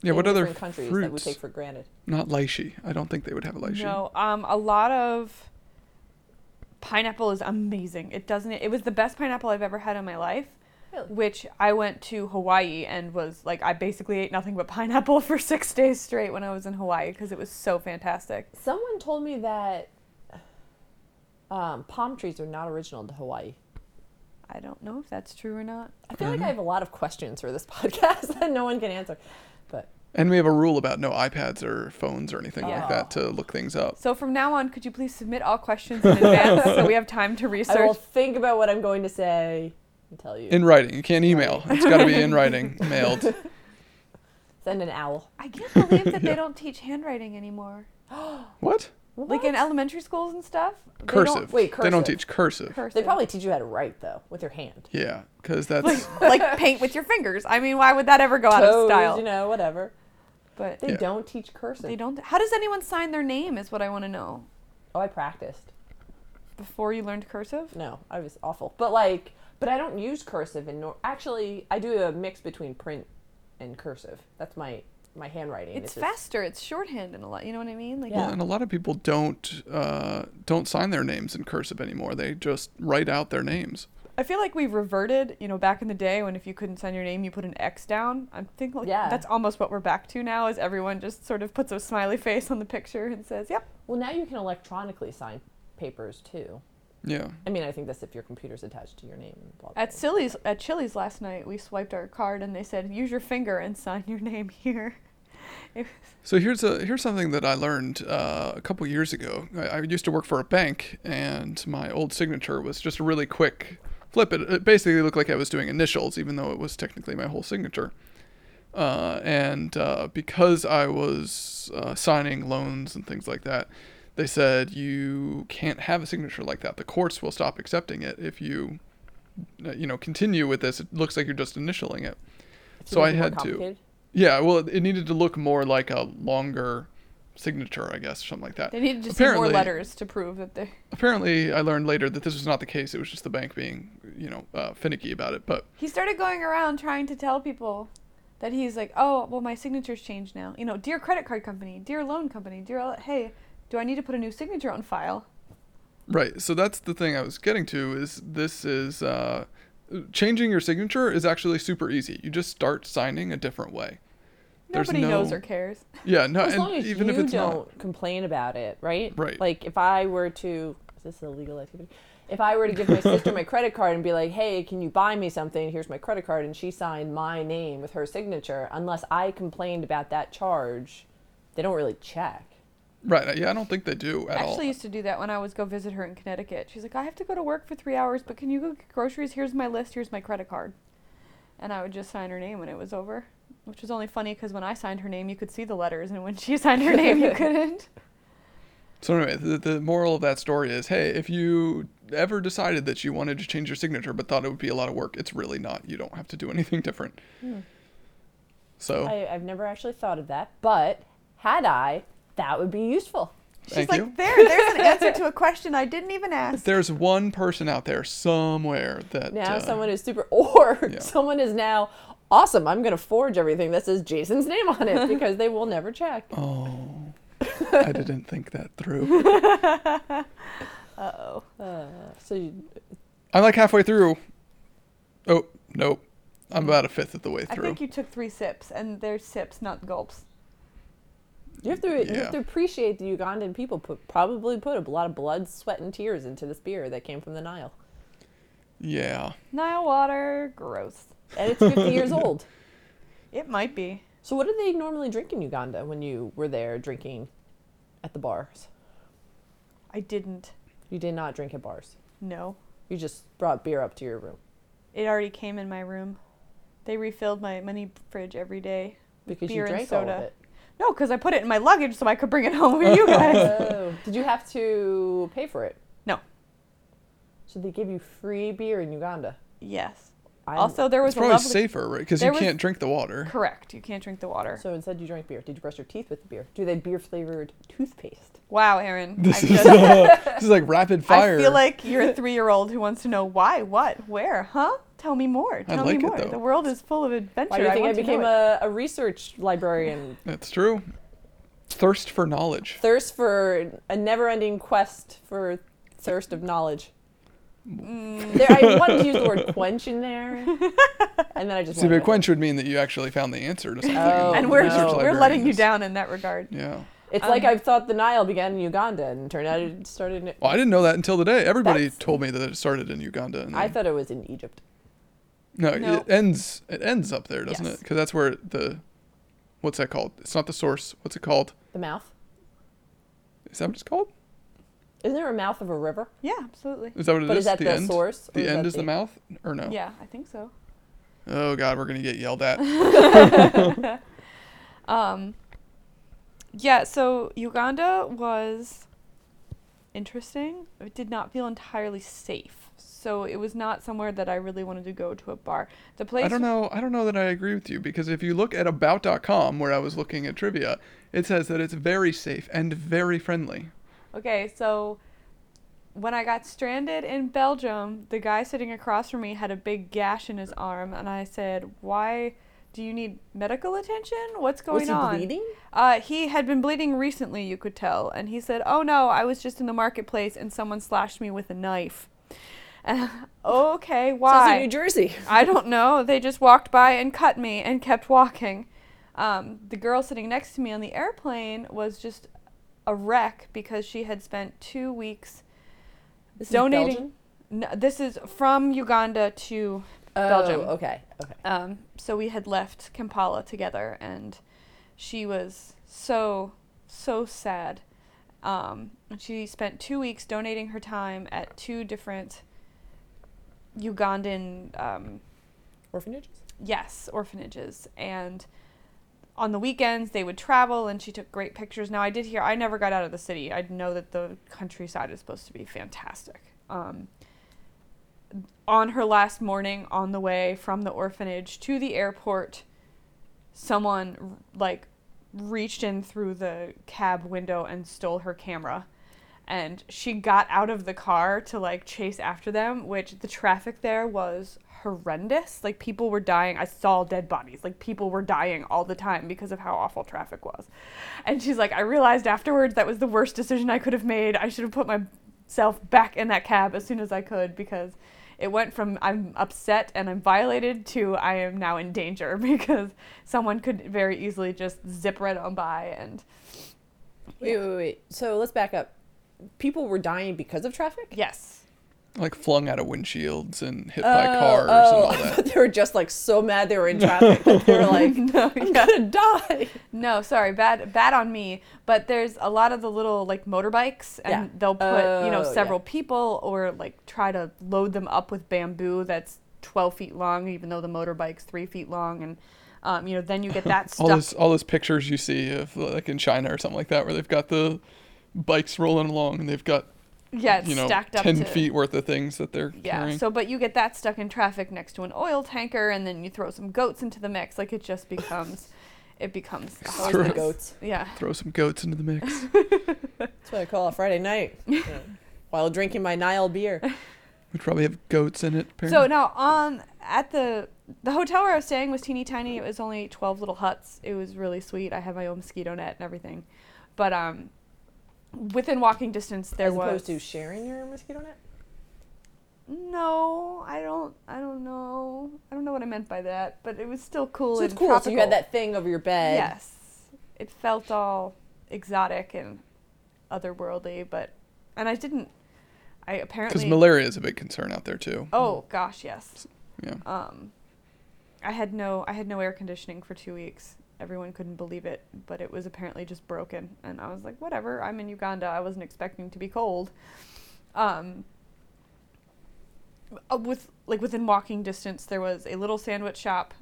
S2: Yeah,
S3: in
S2: what other
S3: different countries
S2: fruits?
S3: that we take for granted.
S2: Not lychee. I don't think they would have a lychee.
S1: No, um, a lot of pineapple is amazing. It doesn't. It was the best pineapple I've ever had in my life.
S3: Really?
S1: Which I went to Hawaii and was like, I basically ate nothing but pineapple for six days straight when I was in Hawaii because it was so fantastic.
S3: Someone told me that um, palm trees are not original to Hawaii.
S1: I don't know if that's true or not.
S3: I feel like I have a lot of questions for this podcast that no one can answer. But
S2: And we have a rule about no iPads or phones or anything like
S3: Yeah.
S2: that to look things up.
S1: So from now on, could you please submit all questions in advance so we have time to research?
S3: I will think about what I'm going to say and tell you.
S2: In writing. You can't email. It's got to be in writing, mailed.
S3: Send an owl.
S1: I can't believe that they don't teach handwriting anymore.
S2: What?
S1: Like in elementary schools and stuff. they don't-
S2: Cursive.
S3: wait,
S2: They don't
S3: cursive.
S2: teach cursive.
S1: cursive.
S3: They probably teach you how to write though with your hand.
S2: Yeah, because that's
S1: like paint with your fingers. I mean, why would that ever go out
S3: Toes,
S1: of style?
S3: you know, whatever.
S1: But
S3: They
S2: Yeah.
S3: don't teach cursive.
S1: they don't. How does anyone sign their name? Is what I want to know.
S3: Oh, I practiced.
S1: Before you learned cursive,
S3: No, I was awful. But like, but I don't use cursive and nor actually I do a mix between print and cursive. That's my my handwriting.
S1: it's
S3: is just-
S1: faster. It's shorthand and a lot. You know what I mean? Like
S2: well,
S3: Yeah.
S2: and a lot of people don't uh, don't sign their names in cursive anymore. They just write out their names.
S1: I feel like we've reverted. You know, back in the day when if you couldn't sign your name, you put an X down. I'm thinking like
S3: Yeah.
S1: that's almost what we're back to now. Is everyone just sort of puts a smiley face on the picture and says, "Yep."
S3: Well, now you can electronically sign papers too.
S2: Yeah.
S3: I mean, I think that's if your computer's attached to your name. And blah, blah,
S1: At Silly's at Chili's last night, we swiped our card and they said, "Use your finger and sign your name here." It was-
S2: So here's a here's something that I learned uh, a couple years ago. I, I used to work for a bank, and my old signature was just a really quick flip. It, it basically looked like I was doing initials, even though it was technically my whole signature. Uh, and uh, because I was uh, signing loans and things like that, they said you can't have a signature like that. The courts will stop accepting it if you, uh, you know, continue with this. It looks like you're just initialing it.
S3: to
S2: So
S3: make
S2: I
S3: it more
S2: had to.
S3: complicated.
S2: Yeah, well, it it needed to look more like a longer signature, I guess, something like that.
S1: They needed to see more
S2: Uh, apparently,
S1: letters to prove that they.
S2: Apparently, I learned later that this was not the case. It was just the bank being, you know, uh, finicky about it. But
S1: He started going around trying to tell people that he's like, oh, well, my signature's changed now. You know, dear credit card company, dear loan company, dear, l- hey, do I need to put a new signature on file?
S2: right, so that's the thing I was getting to is this is uh, changing your signature is actually super easy. You just start signing a different way. There's
S1: Nobody knows
S2: no-
S1: or cares.
S2: Yeah, no,
S3: As
S2: and
S3: long as
S2: even
S3: you
S2: if it's
S3: don't
S2: not
S3: complain about it, right?
S2: Right.
S3: Like if I were to, is this illegal activity? If I were to give my sister my credit card and be like, "Hey, can you buy me something? Here's my credit card," and she signed my name with her signature, unless I complained about that charge, they don't really check.
S2: right. Yeah, I don't think they do at
S1: I actually
S2: all.
S1: used to do that when I was go visit her in Connecticut. She's like, I have to go to work for three hours, but can you go get groceries? Here's my list. Here's my credit card. And I would just sign her name when it was over, which was only funny because when I signed her name, you could see the letters, and when she signed her name, you couldn't.
S2: So anyway, the, the moral of that story is, hey, if you ever decided that you wanted to change your signature but thought it would be a lot of work, it's really not. You don't have to do anything different.
S1: Hmm.
S2: So
S3: I, I've never actually thought of that, but had I, that would be useful.
S1: She's
S2: Thank
S1: like,
S2: you.
S1: there, there's an answer to a question I didn't even ask.
S2: there's one person out there somewhere that
S3: Now
S2: uh,
S3: someone is super, or
S2: yeah.
S3: someone is now awesome. I'm gonna forge everything that says Jason's name on it because they will never check.
S2: Oh, I didn't think that through.
S1: Uh-oh.
S3: Uh, so you,
S2: I'm like halfway through. Oh nope, I'm about a fifth of the way
S1: I
S2: through.
S1: think you took three sips, and they're sips, not gulps.
S3: You have to you
S2: Yeah.
S3: have to appreciate the Ugandan people put probably put a lot of blood, sweat, and tears into this beer that came from the Nile,
S2: Yeah,
S1: Nile water, gross.
S3: and it's 50 years old.
S1: It might be.
S3: So what did they normally drink in Uganda when you were there drinking at the bars?
S1: I didn't
S3: You did not drink at bars.
S1: know.
S3: You just brought beer up to your room
S1: It already came in my room. They refilled my mini fridge every day.
S3: because
S1: Beer
S3: you
S1: and
S3: drank all of
S1: soda.
S3: it.
S1: No, because I put it in my luggage so I could bring it home for you guys.
S3: Oh, did you have to pay for it?
S1: No.
S3: So they give you free beer in Uganda.
S1: Yes.
S3: I'm-
S1: Also, there was
S2: it's
S1: a
S2: probably
S1: lovely.
S2: safer, right? Because you
S1: There was-
S2: can't drink the water.
S1: Correct. You can't drink the water.
S3: so instead you drank beer. Did you brush your teeth with the beer? Do they beer flavored toothpaste?
S1: Wow, Aaron. I
S2: This is
S1: just-
S2: uh, this is like rapid fire.
S1: I feel like you're a three-year-old who wants to know why, what, where, huh? Tell me more. Tell
S2: like it,
S1: me more.
S2: though.
S1: the world is full of adventure.
S3: Why do you
S1: I
S3: think I,
S1: want to know
S3: became
S1: it.
S3: a, a research librarian?
S2: That's true. Thirst for knowledge.
S3: thirst for a never-ending quest for thirst of knowledge.
S1: Mm.
S3: There, I wanted to use the word quench in there, and then I just
S2: See, but
S3: wanted-
S2: quench would mean that you actually found the answer to something.
S3: Oh,
S1: and we're
S3: no.
S2: research
S1: we're letting you
S2: librarians.
S1: down in that regard.
S2: Yeah.
S3: It's
S1: Um,
S3: like I thought the Nile began in Uganda, and turned out it started. In,
S2: Well, I didn't know that until today. Everybody
S3: That's-
S2: told me that it started in Uganda. And
S3: I
S2: then-
S3: thought it was in Egypt.
S2: no,
S1: No.
S2: it ends. It ends up there, doesn't it?
S3: Yes.
S2: 'Cause it? Because that's where the, what's that called? It's not the source. What's it called?
S3: The mouth.
S2: Is that what it's called?
S3: Isn't there a mouth of a river?
S1: Yeah, absolutely.
S2: Is that what it is?
S3: But is that the,
S2: end?
S3: source? or
S2: The end
S3: that
S2: is the mouth, or no?
S1: Yeah, I think so.
S2: Oh God, we're gonna get yelled at.
S1: Um, yeah, so Uganda was interesting. It did not feel entirely safe. So it was not somewhere that I really wanted to go to a bar. The place
S2: I don't know. I don't know that I agree with you because if you look at about.com, where I was looking at trivia, it says that it's very safe and very friendly.
S1: Okay, so when I got stranded in Belgium, the guy sitting across from me had a big gash in his arm, and I said, "Why do you need medical attention? What's going
S3: was he
S1: on?"
S3: bleeding?
S1: Uh, he had been bleeding recently, you could tell, and he said, "Oh no, I was just in the marketplace and someone slashed me with a knife." okay, why?
S3: Sounds like New Jersey.
S1: I don't know. They just walked by and cut me and kept walking. Um, the girl sitting next to me on the airplane was just a wreck because she had spent two weeks
S3: This
S1: donating.
S3: Is Belgium?
S1: No, this is from Uganda to
S3: Oh,
S1: Belgium.
S3: Okay. Okay.
S1: Um, so we had left Kampala together, and she was so, so sad. Um, and she spent two weeks donating her time at two different Ugandan um,
S3: Orphanages.
S1: Yes, orphanages. And on the weekends, they would travel and she took great pictures. Now, I did hear, I never got out of the city. I know that the countryside is supposed to be fantastic. Um, on her last morning on the way from the orphanage to the airport, someone r- like reached in through the cab window and stole her camera. And she got out of the car to like chase after them, which the traffic there was horrendous. Like people were dying. I saw dead bodies. Like people were dying all the time because of how awful traffic was. And she's like, I realized afterwards that was the worst decision I could have made. I should have put myself back in that cab as soon as I could because it went from I'm upset and I'm violated to I am now in danger because someone could very easily just zip right on by and
S3: Wait, wait, wait. So let's back up. People were dying because of traffic.
S1: yes.
S2: Like flung out of windshields and hit by
S1: Oh,
S2: cars and all that.
S3: Oh, they were just like so mad they were in traffic. that they were like,
S1: No,
S3: I'm gonna die.
S1: No, sorry, bad bad on me. But there's a lot of the little like motorbikes, and
S3: Yeah.
S1: they'll put you know
S3: Oh, yeah.
S1: several people or like try to load them up with bamboo that's 12 feet long, even though the motorbike's three feet long, and um, you know then you get that
S2: All
S1: stuck.
S2: those all those pictures you see of like in China or something like that, where they've got the bikes rolling along and they've got
S1: yeah, it's
S2: you know
S1: stacked up
S2: ten
S1: to,
S2: feet worth of things that they're
S1: Yeah.
S2: carrying.
S1: So, but you get that stuck in traffic next to an oil tanker, and then you throw some goats into the mix. Like it just becomes, it becomes.
S3: Always the
S2: Sure.
S3: goats.
S1: Yeah.
S2: Throw some goats into the mix.
S3: That's what I call a Friday night. Yeah. While drinking my Nile beer.
S2: we probably have goats in it.
S1: So
S2: Apparently.
S1: now on at the the hotel where I was staying was teeny tiny. It was only twelve little huts. It was really sweet. I had my own mosquito net and everything, but um, within walking distance there
S3: As
S1: was
S3: opposed to sharing your mosquito net.
S1: no. I don't. I don't know. I don't know what I meant by that. But it was still cool.
S3: So it's
S1: and
S3: cool. So you had
S1: tropical.
S3: that thing over your bed.
S1: Yes. It felt all exotic and otherworldly, but and I didn't I
S2: because
S1: apparently
S2: malaria is a big concern out there too.
S1: Oh gosh, yes.
S2: Yeah.
S1: Um I had no I had no air conditioning for 2 weeks. Everyone couldn't believe it, but it was apparently just broken and I was like, whatever. I'm in Uganda. I wasn't expecting to be cold. Um uh, with like within walking distance there was a little sandwich shop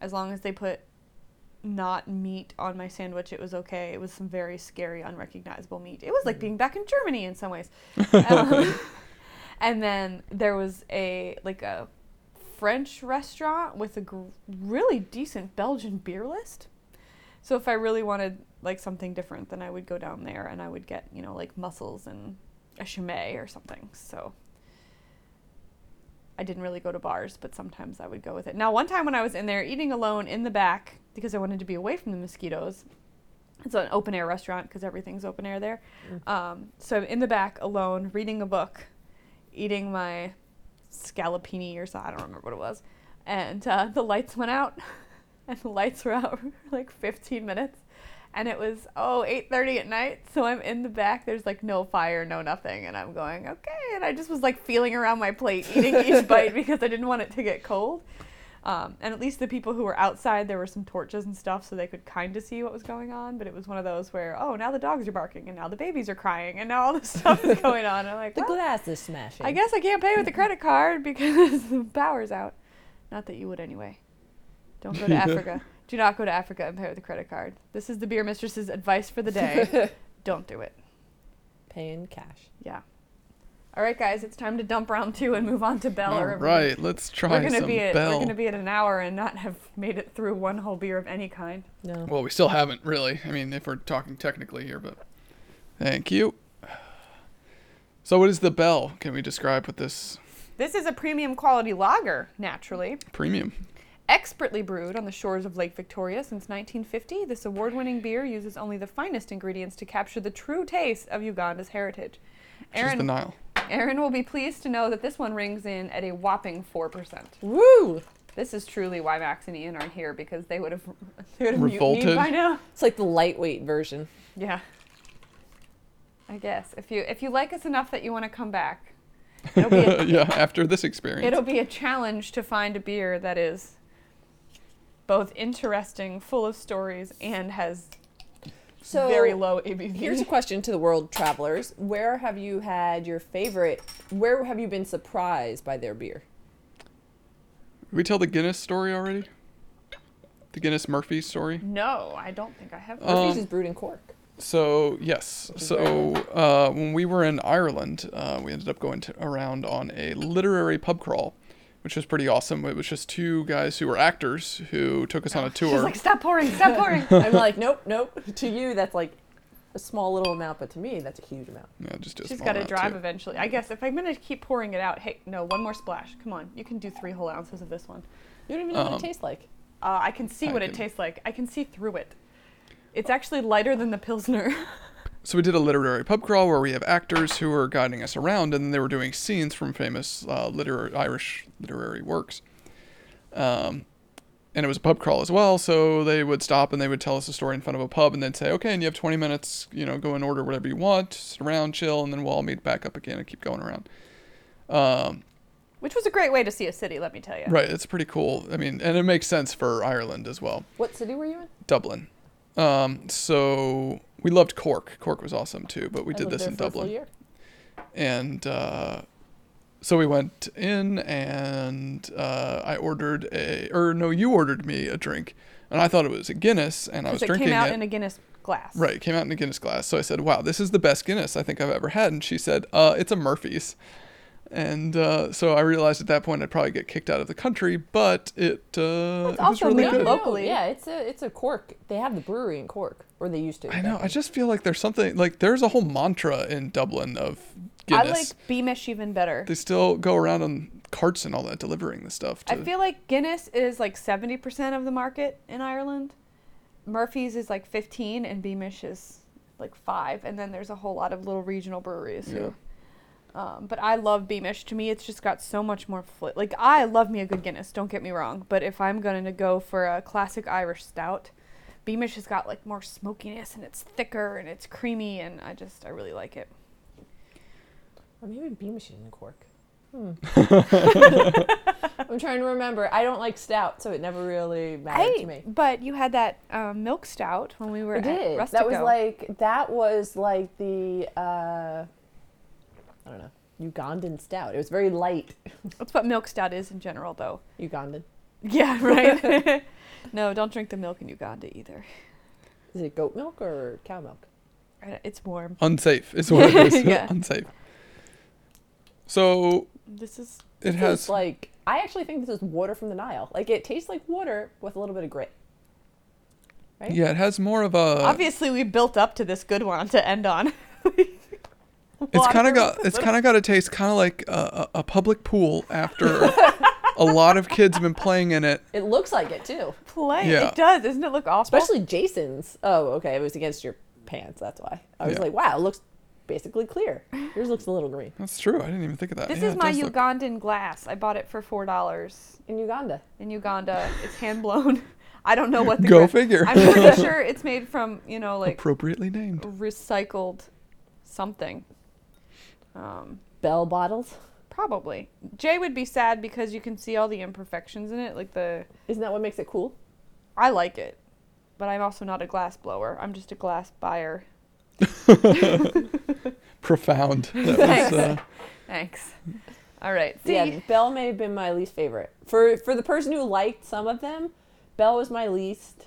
S1: as long as they put not meat on my sandwich, it was okay. It was some very scary, unrecognizable meat. It was
S2: Mm.
S1: like being back in Germany in some ways. Um, and then there was a like a French restaurant with a gr- really decent Belgian beer list. So if I really wanted like something different, then I would go down there and I would get you know like mussels and a chimay or something. So. I didn't really go to bars, but sometimes I would go with it. Now, one time when I was in there eating alone in the back because I wanted to be away from the mosquitoes, it's an open air restaurant because everything's open air there. Um, so I'm in the back alone, reading a book, eating my scallopini or so, I don't remember what it was. And uh, the lights went out, and the lights were out for like 15 minutes. And it was oh 8:30 at night, so I'm in the back. There's like no fire, no nothing, and I'm going okay. And I just was like feeling around my plate, eating each bite because I didn't want it to get cold. Um, and at least the people who were outside, there were some torches and stuff, so they could kind of see what was going on. But it was one of those where, oh, now the dogs are barking, and now the babies are crying, and now all this stuff is going on. I'm like,
S3: The
S1: "Well,
S3: glass is smashing.
S1: I guess I can't pay with the credit card because the power's out. Not that you would anyway. Don't go to Africa. Do not go to Africa and pay with a credit card. This is the beer mistress's advice for the day. Don't do it.
S3: Pay in cash.
S1: Yeah. All right, guys, it's time to dump round two and move on to Bell.
S2: All
S1: or
S2: right, let's try
S1: We're gonna
S2: some
S1: be at
S2: Bell.
S1: we're gonna be at an hour and not have made it through one whole beer of any kind.
S3: No.
S2: Well, we still haven't really. I mean, if we're talking technically here, but thank you. So, what is the bell? Can we describe what this
S1: This is a premium quality lager, naturally.
S2: premium?
S1: Expertly brewed on the shores of Lake Victoria since 1950, this award winning beer uses only the finest ingredients to capture the true taste of Uganda's heritage.
S2: Which is the
S1: Aaron,
S2: Nile.
S1: Aaron will be pleased to know that this one rings in at a whopping 4%.
S3: Woo!
S1: This is truly why Max and Ian aren't here because they would have, they would have mutinied
S2: Revolted.
S1: by now.
S3: It's like the lightweight version.
S1: Yeah. I guess. If you, if you like us enough that you want to come back, it'll be a
S2: yeah, after this experience.
S1: It'll be a challenge to find a beer that is both interesting, full of stories, and has
S3: So
S1: very low ABV.
S3: Here's a question to the world travelers: Where have you had your favorite? Where have you been surprised by their beer?
S2: Did we tell the Guinness story already? The Guinness Murphy story?
S1: no, I don't think I have.
S2: Um,
S3: Murphy's is brewed in Cork.
S2: So yes, so uh, when we were in Ireland, uh, we ended up going to, around on a literary pub crawl, which was pretty awesome. It was just two guys who were actors who took us on a
S1: Oh, She's
S2: tour.
S1: like, stop pouring, stop pouring.
S3: I'm like, nope, nope. To you, that's like a small little amount, but to me, that's a huge amount.
S2: yeah, just do a
S1: She's
S2: small
S1: got to
S2: amount,
S1: drive
S2: too.
S1: eventually. I guess if I'm gonna keep pouring it out, hey, no, one more splash. Come on, you can do three whole ounces of this one.
S3: You don't even know
S2: Um,
S3: what it tastes like.
S1: Uh, I can see
S2: I
S1: what it
S2: can-
S1: tastes like. I can see through it. It's actually lighter than the pilsner.
S2: So we did a literary pub crawl where we have actors who are guiding us around, and they were doing scenes from famous uh, literary Irish literary works. Um, and it was a pub crawl as well, so they would stop and they would tell us a story in front of a pub, and then say, "Okay, and you have 20 minutes. You know, go and order whatever you want, sit around, chill, and then we'll all meet back up again and keep going around." Um,
S1: Which was a great way to see a city, let me tell you.
S2: right, it's pretty cool. I mean, and it makes sense for Ireland as well.
S3: What city were you in?
S2: Dublin. Um, so we loved Cork. Cork was awesome too, but we
S3: I
S2: did
S3: lived
S2: this
S3: there
S2: in
S3: for a full
S2: Dublin.
S3: year.
S2: and uh, so we went in and uh, I ordered a or no you ordered me a drink and I thought it was a Guinness and I was
S1: Because it
S2: drinking
S1: came out
S2: it
S1: in a Guinness glass.
S2: right it came out in a Guinness glass so I said wow this is the best Guinness I think I've ever had and she said uh, it's a Murphy's and uh, so I realized at that point I'd probably get kicked out of the country but it, uh, it was
S1: also
S2: really
S1: made
S2: good
S1: local. Locally.
S3: yeah, it's a it's a Cork. They have the brewery in Cork, or they used to.
S2: I know I just feel like there's something like there's a whole mantra in Dublin of
S1: I
S2: Guinness
S1: like Beamish even better.
S2: they still go around on carts and all that delivering the stuff to
S1: I feel like Guinness is like 70% of the market in Ireland. Murphy's is like 15 and Beamish is like 5 and then there's a whole lot of little regional breweries who um, but I love Beamish. To me, it's just got so much more flavor. Like I love me a good Guinness. Don't get me wrong, but if I'm going to go for a classic Irish stout, Beamish has got like more smokiness and it's thicker and it's creamy and I just I really like it.
S3: Or maybe Beamish is in Cork. Hmm. I'm trying to remember. I don't like stout, so it never really mattered to me.
S1: Hey, but you had that um, milk stout when we were
S3: I
S1: at
S3: did.
S1: Rustico.
S3: That was like that was like the uh, I don't know Ugandan stout. It was very light
S1: That's what milk stout is in general, though.
S3: Ugandan.
S1: Yeah, right. no, don't drink the milk in Uganda either.
S3: Is it goat milk or cow milk?
S1: I- It's warm.
S2: unsafe is what it is
S1: Yeah.
S2: unsafe so
S1: This is
S2: it
S3: This
S2: has
S3: is like I actually think this is water from the Nile. Like it tastes like water with a little bit of grit. right?
S2: yeah it has more of a
S1: obviously we built up to this good one to end on.
S2: it's kind
S1: Water.
S2: of got it's kind of got a taste kind of like a, a, a public pool after a lot of kids have been playing in it
S3: It looks like it too.
S1: play.
S2: Yeah.
S1: It does. Doesn't it look awful?
S3: Especially Jason's. Oh, okay. It was against your pants. That's why. I was
S2: Yeah.
S3: like, wow, it looks basically clear. Yours looks a little green.
S2: that's true i didn't even think of that
S1: this
S2: Yeah,
S1: is
S2: it
S1: my
S2: does look-
S1: Ugandan glass. I bought it for four dollars
S3: In Uganda.
S1: in Uganda. It's hand blown. I don't know what the
S2: Go
S1: gra-
S2: figure.
S1: I'm pretty sure it's made from you know like
S2: appropriately named
S1: recycled something. Um,
S3: Bell bottles.
S1: Probably. Jay would be sad because you can see all the imperfections in it. Like the
S3: Isn't that what makes it cool?
S1: I like it, but I'm also not a glass blower. I'm just a glass buyer.
S2: profound that was, uh,
S1: Thanks. All right. See,
S3: Yeah, Bell may have been my least favorite. For for the person who liked some of them, Bell was my least.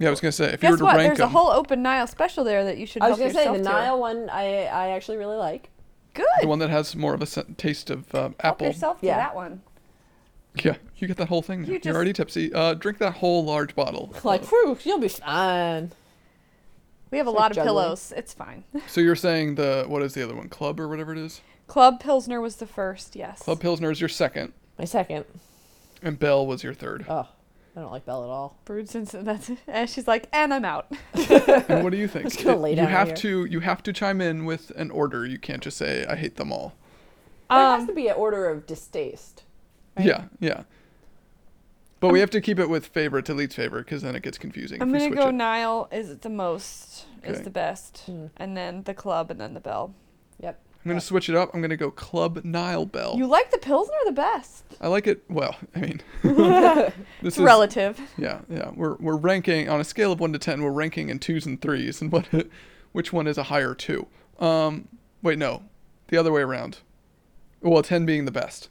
S2: yeah i was gonna say if you were
S1: guess
S2: to
S1: what?
S2: rank
S1: There's a
S2: them
S1: whole open Nile special there that you should.
S3: I was
S1: help
S3: gonna say the
S1: yourself to.
S3: Nile one I I actually really like.
S2: the
S1: Good.
S2: one that has more of a sen- taste of uh,
S1: Help
S2: apple
S1: yourself to
S3: Yeah.
S1: that one.
S2: yeah you get that whole thing now.
S1: You
S2: You
S1: just-
S2: are already tipsy uh drink that whole large bottle
S3: Like, whew, you'll be fine.
S1: We have a
S3: It's like
S1: lot of
S3: juggling.
S1: pillows. It's fine.
S2: So you're saying the what is the other one? Club or whatever it is.
S1: Club Pilsner was the first. Yes.
S2: Club Pilsner is your second,
S3: My second.
S2: and Bell was your third.
S3: Oh, I don't like Bell at all.
S1: Brewed since that's. And she's like, and I'm out.
S2: and what do you think?
S3: Just gonna lay down
S2: you have
S3: here.
S2: to you have to chime in with an order. You can't just say I hate them all.
S3: There has
S1: Um,
S3: to be an order of distaste. Right.
S2: Yeah, yeah. But we have to keep it with favorite to least favorite because then it gets confusing.
S1: I'm
S2: if we
S1: gonna
S2: switch
S1: go
S2: it.
S1: Nile is the most is
S2: Okay.
S1: the best,
S3: Mm.
S1: and then the club, and then the bell.
S3: Yep.
S2: I'm gonna switch it up. I'm gonna go Club Nile Bell.
S1: You like the Pilsner the best.
S2: I like it. Well, I mean, this
S1: It's
S2: is
S1: relative.
S2: yeah, yeah. We're we're ranking on a scale of one to ten. We're ranking in twos and threes, and what which one is a higher two? Um, wait, no, the other way around. Well, ten being the best.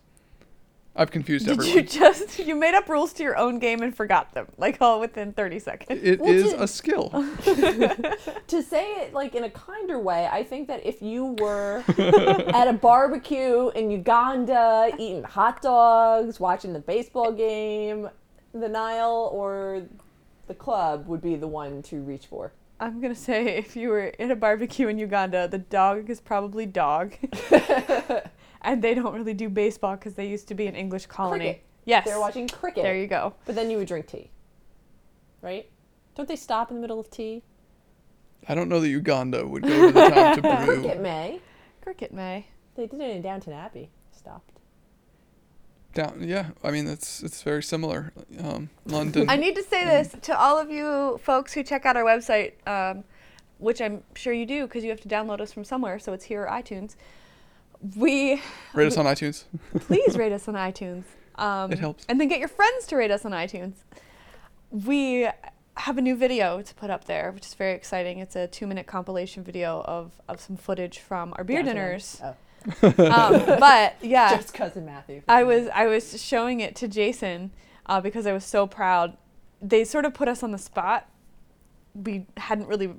S2: I've confused
S1: Did
S2: everyone.
S1: you just you made up rules to your own game and forgot them like all within 30 seconds?
S2: It is
S3: Well, did- Oh.
S2: a skill.
S3: to say it like in a kinder way, I think that if you were at a barbecue in Uganda eating hot dogs, watching the baseball game, the Nile or the club would be the one to reach for.
S1: I'm gonna say if you were at a barbecue in Uganda, the dog is probably dog, and they don't really do baseball because they used to be an English colony.
S3: Cricket.
S1: Yes,
S3: They're watching cricket.
S1: there you go.
S3: But then you would drink tea. Right? Don't they stop in the middle of tea?
S2: I don't know that Uganda would go to the time to
S3: Cricket
S2: brew.
S3: May.
S1: Cricket may.
S3: They did it in Downton Abbey. Stopped.
S2: Down, yeah, I mean that's it's very similar. Um, London.
S1: I need to say this to all of you folks who check out our website, um, which I'm sure you do because you have to download us from somewhere, so it's here or iTunes. We
S2: Rate us on iTunes.
S1: please rate us on iTunes. Um,
S2: It helps.
S1: And then get your friends to rate us on iTunes. We have a new video to put up there, which is very exciting. It's a two minute compilation video of, of some footage from our beer
S3: Downton Abbey.
S1: dinners.
S3: Oh.
S1: Um, but yeah,
S3: Just cousin Matthew.
S1: I was I was showing it to Jason uh, because I was so proud. They sort of put us on the spot. We hadn't really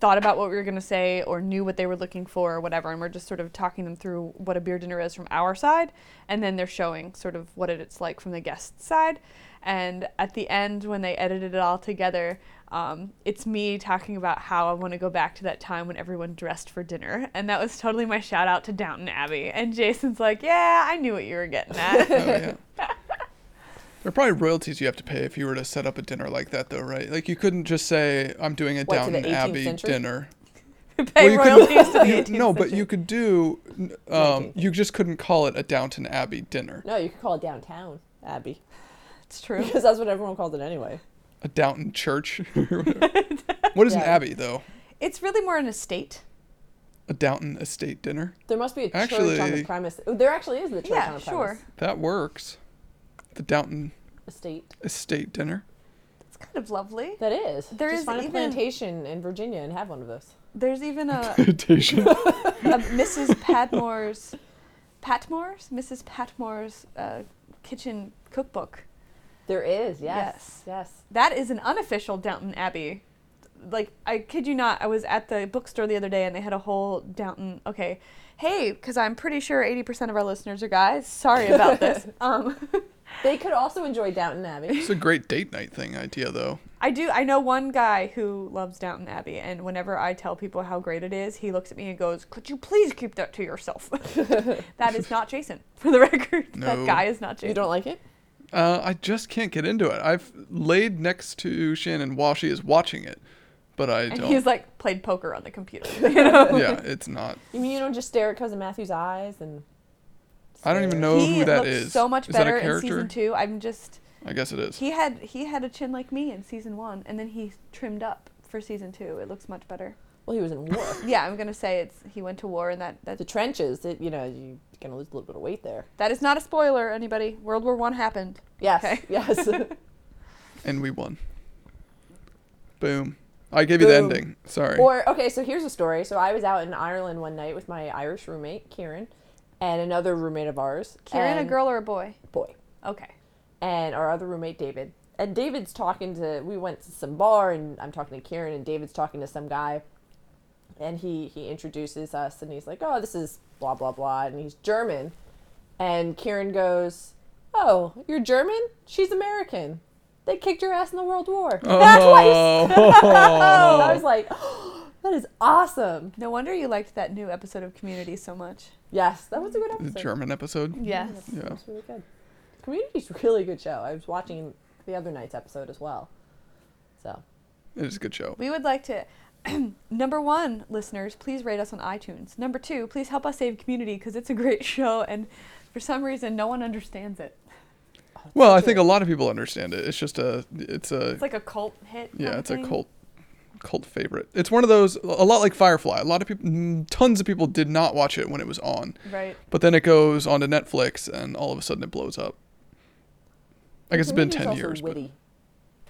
S1: thought about what we were going to say or knew what they were looking for or whatever, and we're just sort of talking them through what a beer dinner is from our side, and then they're showing sort of what it's like from the guest side. And at the end, when they edited it all together, um, it's me talking about how I want to go back to that time when everyone dressed for dinner. And that was totally my shout out to Downton Abbey. And Jason's like, Yeah, I knew what you were getting
S2: Oh,
S1: at.
S2: yeah. There are probably royalties you have to pay if you were to set up a dinner like that, though, right? Like you couldn't just say, "I'm doing a
S3: What, to the
S2: Downton
S3: 18th
S2: Abbey
S3: century?
S2: dinner."
S1: Pay
S2: Well, you
S1: royalties to the
S2: You-
S1: 18th
S2: no, but
S1: century.
S2: you could do. n- Um,
S3: Nineteen.
S2: you just couldn't call it a Downton Abbey dinner.
S3: No, you could call it downtown Abbey.
S1: It's true.
S3: Because that's what everyone called it anyway.
S2: A Downton Church. or whatever. what is an
S3: Yeah.
S2: abbey, though?
S1: It's really more an estate.
S2: A Downton Estate dinner.
S3: There must be a church on
S2: Actually-
S3: the premise. Oh, There actually is the church
S1: Yeah,
S3: on the
S1: sure.
S3: premise.
S2: That works. The Downton
S3: Estate.
S2: Estate dinner.
S1: It's kind of lovely.
S3: That is.
S1: There
S3: Just
S1: is
S3: find a
S1: even-
S3: plantation in Virginia and have one of those.
S1: There's even a,
S2: Invitation.
S1: a Mrs. Padmore's, Uh, Patmore's, Mrs. Patmore's uh, kitchen cookbook.
S3: There is, yes. Yes.
S1: That is an unofficial Downton Abbey. Like I kid you not, I was at the bookstore the other day and they had a whole Downton. Okay, hey, because I'm pretty sure 80% of our listeners are guys. Sorry about this. Um,
S3: They could also enjoy Downton Abbey.
S2: it's a great date night thing idea, though.
S1: I do. I know one guy who loves Downton Abbey, and whenever I tell people how great it is, he looks at me and goes, "Could you please keep that to yourself?" that is not Jason, for the record.
S2: No.
S1: That guy is not Jason.
S3: You don't like it?
S2: Uh, I just can't get into it. I've laid next to Shannon while she is watching it, but I
S1: and
S2: don't.
S1: he's like played poker on the computer. You know?
S2: yeah, it's not.
S3: You mean you don't just stare at cousin Matthew's eyes and
S2: I don't even
S3: stare?
S2: know
S1: he
S2: who that
S1: looks
S2: is.
S1: so much
S2: is
S1: better
S2: that a
S1: in
S2: character?
S1: season two. I'm just
S2: I guess it is.
S1: he had he had a chin like me in season one, and then he trimmed up for season two. It looks much better.
S3: Well, he was in war.
S1: Yeah, I'm gonna say it's he went to war, and that that
S3: the trenches, it, you know, you're going to lose a little bit of weight there.
S1: that is not a spoiler. Anybody, World War One happened.
S3: Yes.
S1: Okay.
S3: Yes.
S2: and we won. Boom. I gave you the
S3: Boom.
S2: ending. Sorry.
S3: Or okay, so here's a story. So I was out in Ireland one night with my Irish roommate Kieran, and another roommate of ours,
S1: Kieran, a
S3: and-
S1: girl or a boy?
S3: boy,
S1: Okay.
S3: and our other roommate David. And David's talking to. We went to some bar, and I'm talking to Kieran, and David's talking to some guy, and he he introduces us, and he's like, "Oh, this is blah blah blah," and he's German, and Kieran goes, "Oh, you're German? She's American. They kicked your ass in the World War."
S2: Oh.
S3: I was like, "That is awesome."
S1: No wonder you liked that new episode of Community so much.
S3: Yes, that was a good episode.
S2: the German episode.
S1: Yes.
S2: Yeah.
S3: It's really good. Community's a really good show. I was watching the other night's episode as well. So
S2: It is a good show.
S1: We would like to. Number one, listeners, please rate us on iTunes. Number two, please help us save Community because it's a great show and for some reason no one understands it.
S2: Well, I think a lot of people understand it. It's just a it's a
S1: It's like a cult hit.
S2: yeah,
S1: kinda
S2: it's a
S1: thing.
S2: cult cult favorite. It's one of those a lot like Firefly. A lot of people mm, tons of people did not watch it when it was on.
S1: Right.
S2: But then it goes onto Netflix and all of a sudden it blows up. I guess it's been
S3: Community's
S2: 10
S3: also
S2: years, but
S3: Witty.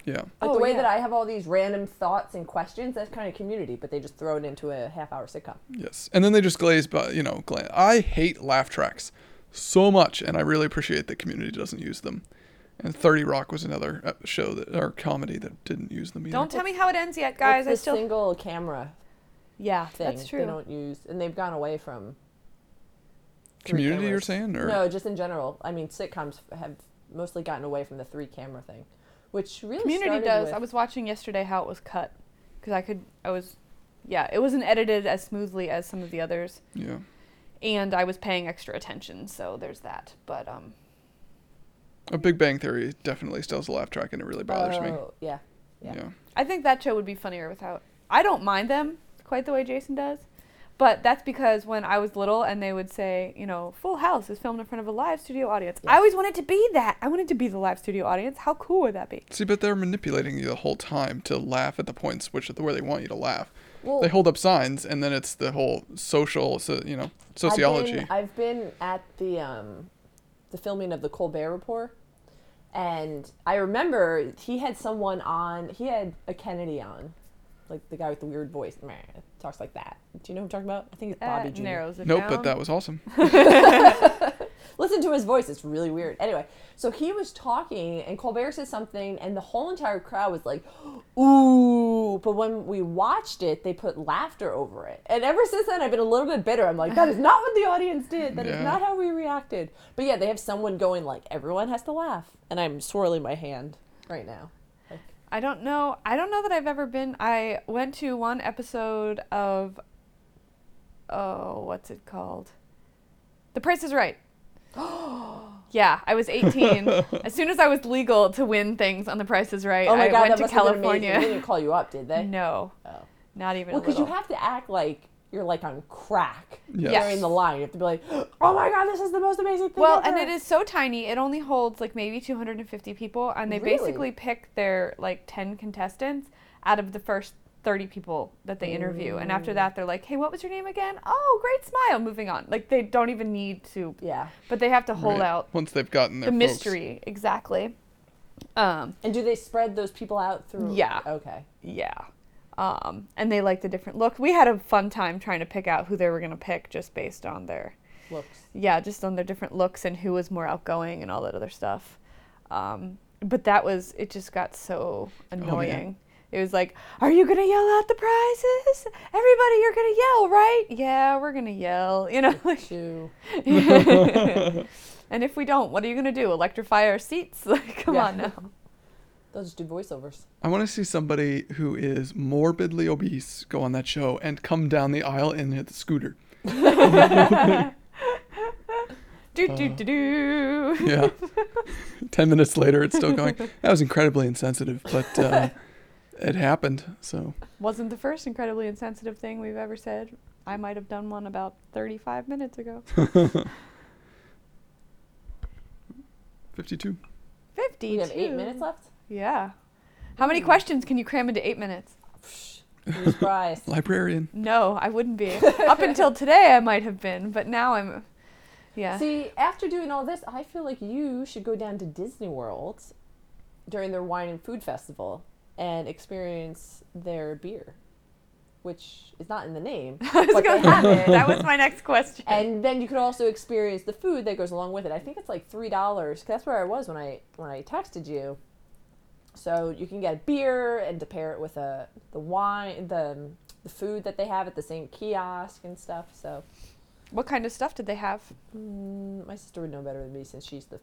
S2: yeah.
S3: Like
S1: Oh,
S3: the way
S1: yeah.
S3: that I have all these random thoughts and questions, that's kind of community, but they just throw it into a half hour sitcom.
S2: Yes, and then they just glaze, but you know, gla- I hate laugh tracks. so much, and I really appreciate that community doesn't use them. And 30 Rock was another uh, show that or comedy that didn't use them either.
S1: Don't tell me how it ends yet, guys. I
S3: It's the
S1: still.
S3: single camera
S1: Yeah,
S3: thing.
S1: that's
S3: They
S1: true.
S3: don't use, and they've gone away from three
S2: community, you're
S3: cameras.
S2: saying, or
S3: No, just in general. I mean, sitcoms have mostly gotten away from the three camera thing, which really
S1: Community
S3: started
S1: does.
S3: with-
S1: I was watching yesterday how it was cut, because I could. I was. Yeah, it wasn't edited as smoothly as some of the others,
S2: yeah,
S1: and I was paying extra attention, so there's that. But um,
S2: a Big Bang Theory definitely steals the laugh track, and it really bothers me.
S3: Oh, Yeah, yeah.
S2: yeah.
S1: I think that show would be funnier without. I don't mind them quite the way Jason does, but that's because when I was little and they would say, you know, Full House is filmed in front of a live studio audience. I
S3: Yes.
S1: always wanted to be that. I wanted to be the live studio audience. How cool would that be?
S2: See, but they're manipulating you the whole time to laugh at the points which are the way they want you to laugh.
S3: Well-
S2: they hold up signs, and then it's the whole social, so, you know, sociology.
S3: I've been, I've been at the um, the filming of the Colbert Report, and I remember he had someone on. He had a Kennedy on, like the guy with the weird voice, meh, talks like that. Do you know who I'm talking about? I think it's Bobby
S1: that
S3: Jr.
S1: narrows it
S2: nope,
S1: down.
S2: but that was awesome.
S3: Listen to his voice; it's really weird. Anyway, so he was talking, and Colbert said something, and the whole entire crowd was like, "Ooh!" But when we watched it, they put laughter over it, and ever since then, I've been a little bit bitter. I'm like, "That is not what the audience did. That is
S2: Yeah.
S3: not how we reacted." But yeah, they have someone going like, "Everyone has to laugh," and I'm swirling my hand right now.
S1: I don't know. I don't know that I've ever been. I went to one episode of. Oh, what's it called? The Price is Right. yeah, I was 18. as soon as I was legal to win things on The Price is Right,
S3: Oh my
S1: I
S3: god,
S1: went
S3: that
S1: to
S3: must have been amazing. They
S1: California.
S3: didn't call you up, did they?
S1: no,
S3: Oh.
S1: not even. a
S3: Well, because you
S1: little.
S3: have to act like you're like on crack
S2: Yes.
S3: during the line. You have to be like, "Oh my god, this is the most amazing thing."
S1: Well,
S3: ever.
S1: and it is so tiny. It only holds like maybe 250 people, and they
S3: Really?
S1: basically pick their like 10 contestants out of the first 30 people that they interview. And after that, they're like, "Hey, what was your name again? Oh, great smile. Moving on." Like they don't even need to,
S3: Yeah.
S1: but they have to hold
S2: Right.
S1: out
S2: Once they've gotten
S1: the
S2: their folks.
S1: mystery exactly. Um,
S3: And do they spread those people out through?
S1: Yeah.
S3: Okay.
S1: yeah. Um, and they like the different look. We had a fun time trying to pick out who they were gonna pick just based on their
S3: Looks.
S1: yeah, just on their different looks and who was more outgoing and all that other stuff. Um, but that was it. Just got so annoying. it was like, are you gonna yell out the prizes? Everybody, you're gonna yell, right? Yeah, we're gonna yell. You know. like-
S3: Two.
S1: and if we don't, what are you gonna do? Electrify our seats? Like, come
S3: Yeah.
S1: on now.
S3: They'll just do voiceovers.
S2: I want to see somebody who is morbidly obese go on that show and come down the aisle in a scooter.
S1: Do do do do.
S2: Yeah. Ten minutes later, it's still going. That was incredibly insensitive, but uh, it happened. So
S1: Wasn't the first incredibly insensitive thing we've ever said. I might have done one about 35 minutes ago.
S2: 52.
S3: Do
S1: 52.
S3: you have eight minutes left? Hmm.
S1: Yeah. How many questions can you cram into eight minutes?
S3: Who's surprised?
S2: Librarian.
S1: No, I wouldn't be. Up until today, I might have been, but now I'm. Yeah.
S3: See, after doing all this, I feel like you should go down to Disney World during their wine and food festival and experience their beer, which is not in the name, but they have it.
S1: that was my next question.
S3: And then you could also experience the food that goes along with it. I think it's like three dollars. That's where I was when I when I texted you. So you can get beer and to pair it with a the wine, the the food that they have at the same kiosk and stuff. So
S1: what kind of stuff did they have?
S3: mm, my sister would know better than me since she's the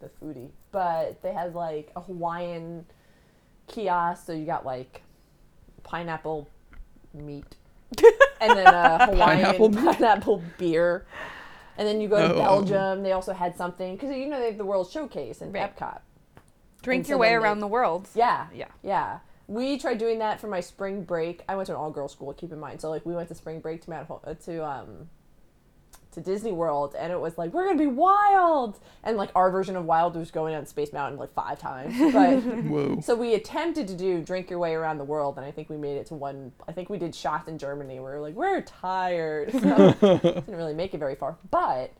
S3: the foodie. But they had like a Hawaiian kiosk, so you got like pineapple meat, and then a Hawaiian
S2: Pineapple
S3: pineapple,
S2: meat?
S3: beer. And then you go to
S2: Oh.
S3: Belgium. They also had something because you know they have the World Showcase in
S1: Right.
S3: Epcot.
S1: Drink
S3: And
S1: your
S3: so
S1: way
S3: then they-
S1: around the world.
S3: Yeah.
S1: Yeah.
S3: Yeah. We tried doing that for my spring break. I went to an all-girl school. Keep in mind, so like we went to spring break to Mount Ho- uh, to um to Disney World, and it was like we're gonna be wild, and like our version of wild was going on Space Mountain like five times. But
S2: Whoa.
S3: Mm-hmm. so we attempted to do drink your way around the world, and I think we made it to one. I think we did shots in Germany. where We were like we're tired, so didn't really make it very far. But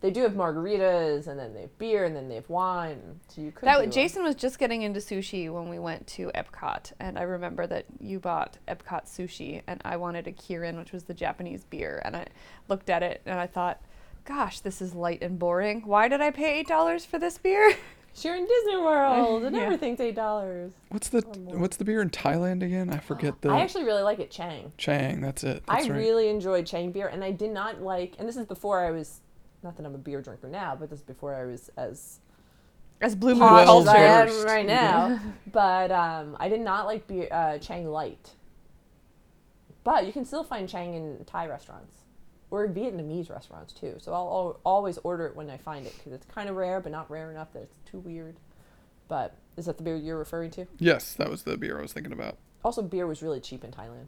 S3: they do have margaritas, and then they have beer, and then they have wine. So you could
S1: That
S3: do
S1: w-
S3: a-
S1: Jason was just getting into sushi when we went to Epcot, and I remember that you bought Epcot sushi, and I wanted a Kirin, which was the Japanese beer, and I looked at it and I thought, gosh, this is light and boring. Why did I pay eight dollars for this beer?
S3: Sure, in Disney World, and
S1: Yeah.
S3: everything's eight dollars.
S2: What's the What's the beer in Thailand again? I forget the
S3: I actually really like it, Chang.
S2: Chang. That's it.
S3: I
S2: That's right.
S3: really enjoyed Chang beer, and I did not like. And this is before I was, not that I'm a beer drinker now, but this is before I was as
S1: As Blue Moon
S3: hot as I
S1: culture.
S3: am
S2: versed.
S3: right now. but um, I did not like beer, uh, Chang Light. But you can still find Chang in Thai restaurants or Vietnamese restaurants too. So I'll, al always order it when I find it because it's kind of rare, but not rare enough that it's too weird. But is that the beer you're referring to?
S2: Yes, that was the beer I was thinking about.
S3: Also, beer was really cheap in Thailand.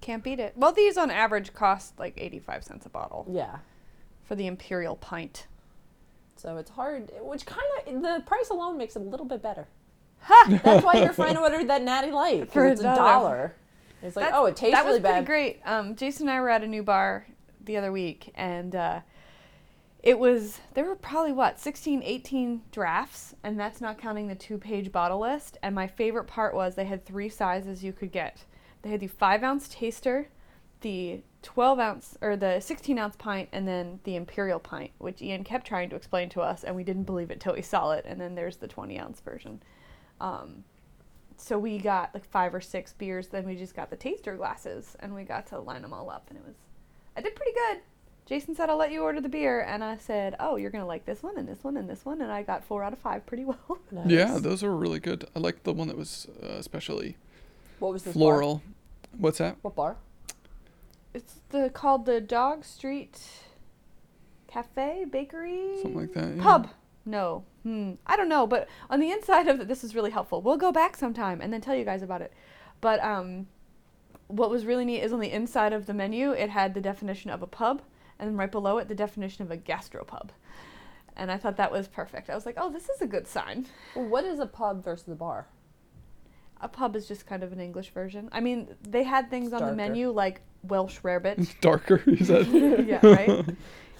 S1: Can't beat it. Well, these on average cost like eighty-five cents a bottle
S3: Yeah.
S1: for the imperial pint.
S3: So it's hard, which kind of the price alone makes it a little bit better. That's why your friend ordered that Natty Light 'cause
S1: For a
S3: it's a
S1: dollar.
S3: dollar. It's like,
S1: That's-
S3: oh, it tastes
S1: that was
S3: really
S1: pretty
S3: bad.
S1: great. Um, Jason and I were at a new bar the other week, and uh, it was there were probably what 16, 18 drafts, and that's not counting the two-page bottle list. And my favorite part was they had three sizes you could get. They had the five-ounce taster, the 12 ounce or the 16 ounce pint, and then the imperial pint, which Ian kept trying to explain to us, and we didn't believe it till we saw it. And then there's the 20 ounce version. Um, so we got like five or six beers then we just got the taster glasses and we got to line them all up and it was i did pretty good jason said i'll let you order the beer and i said oh you're gonna like this one and this one and this one and i got four out of five pretty well
S3: Nice.
S2: Yeah, those were really good. I liked the one that was uh, especially
S3: what was this bar?
S2: floral. What's that?
S3: What bar?
S1: it's the called the dog street cafe bakery
S2: Something like that. yeah.
S1: pub no hmm i don't know but on the inside of it this is really helpful we'll go back sometime and then tell you guys about it but um what was really neat is on the inside of the menu it had the definition of a pub and then right below it the definition of a gastropub and i thought that was perfect i was like oh this is a good sign
S3: Well, what is a pub versus a bar?
S1: a pub is just kind of an english version i mean they had things on the
S3: darker.
S1: menu like welsh rarebit
S2: It's darker. He said.
S1: yeah right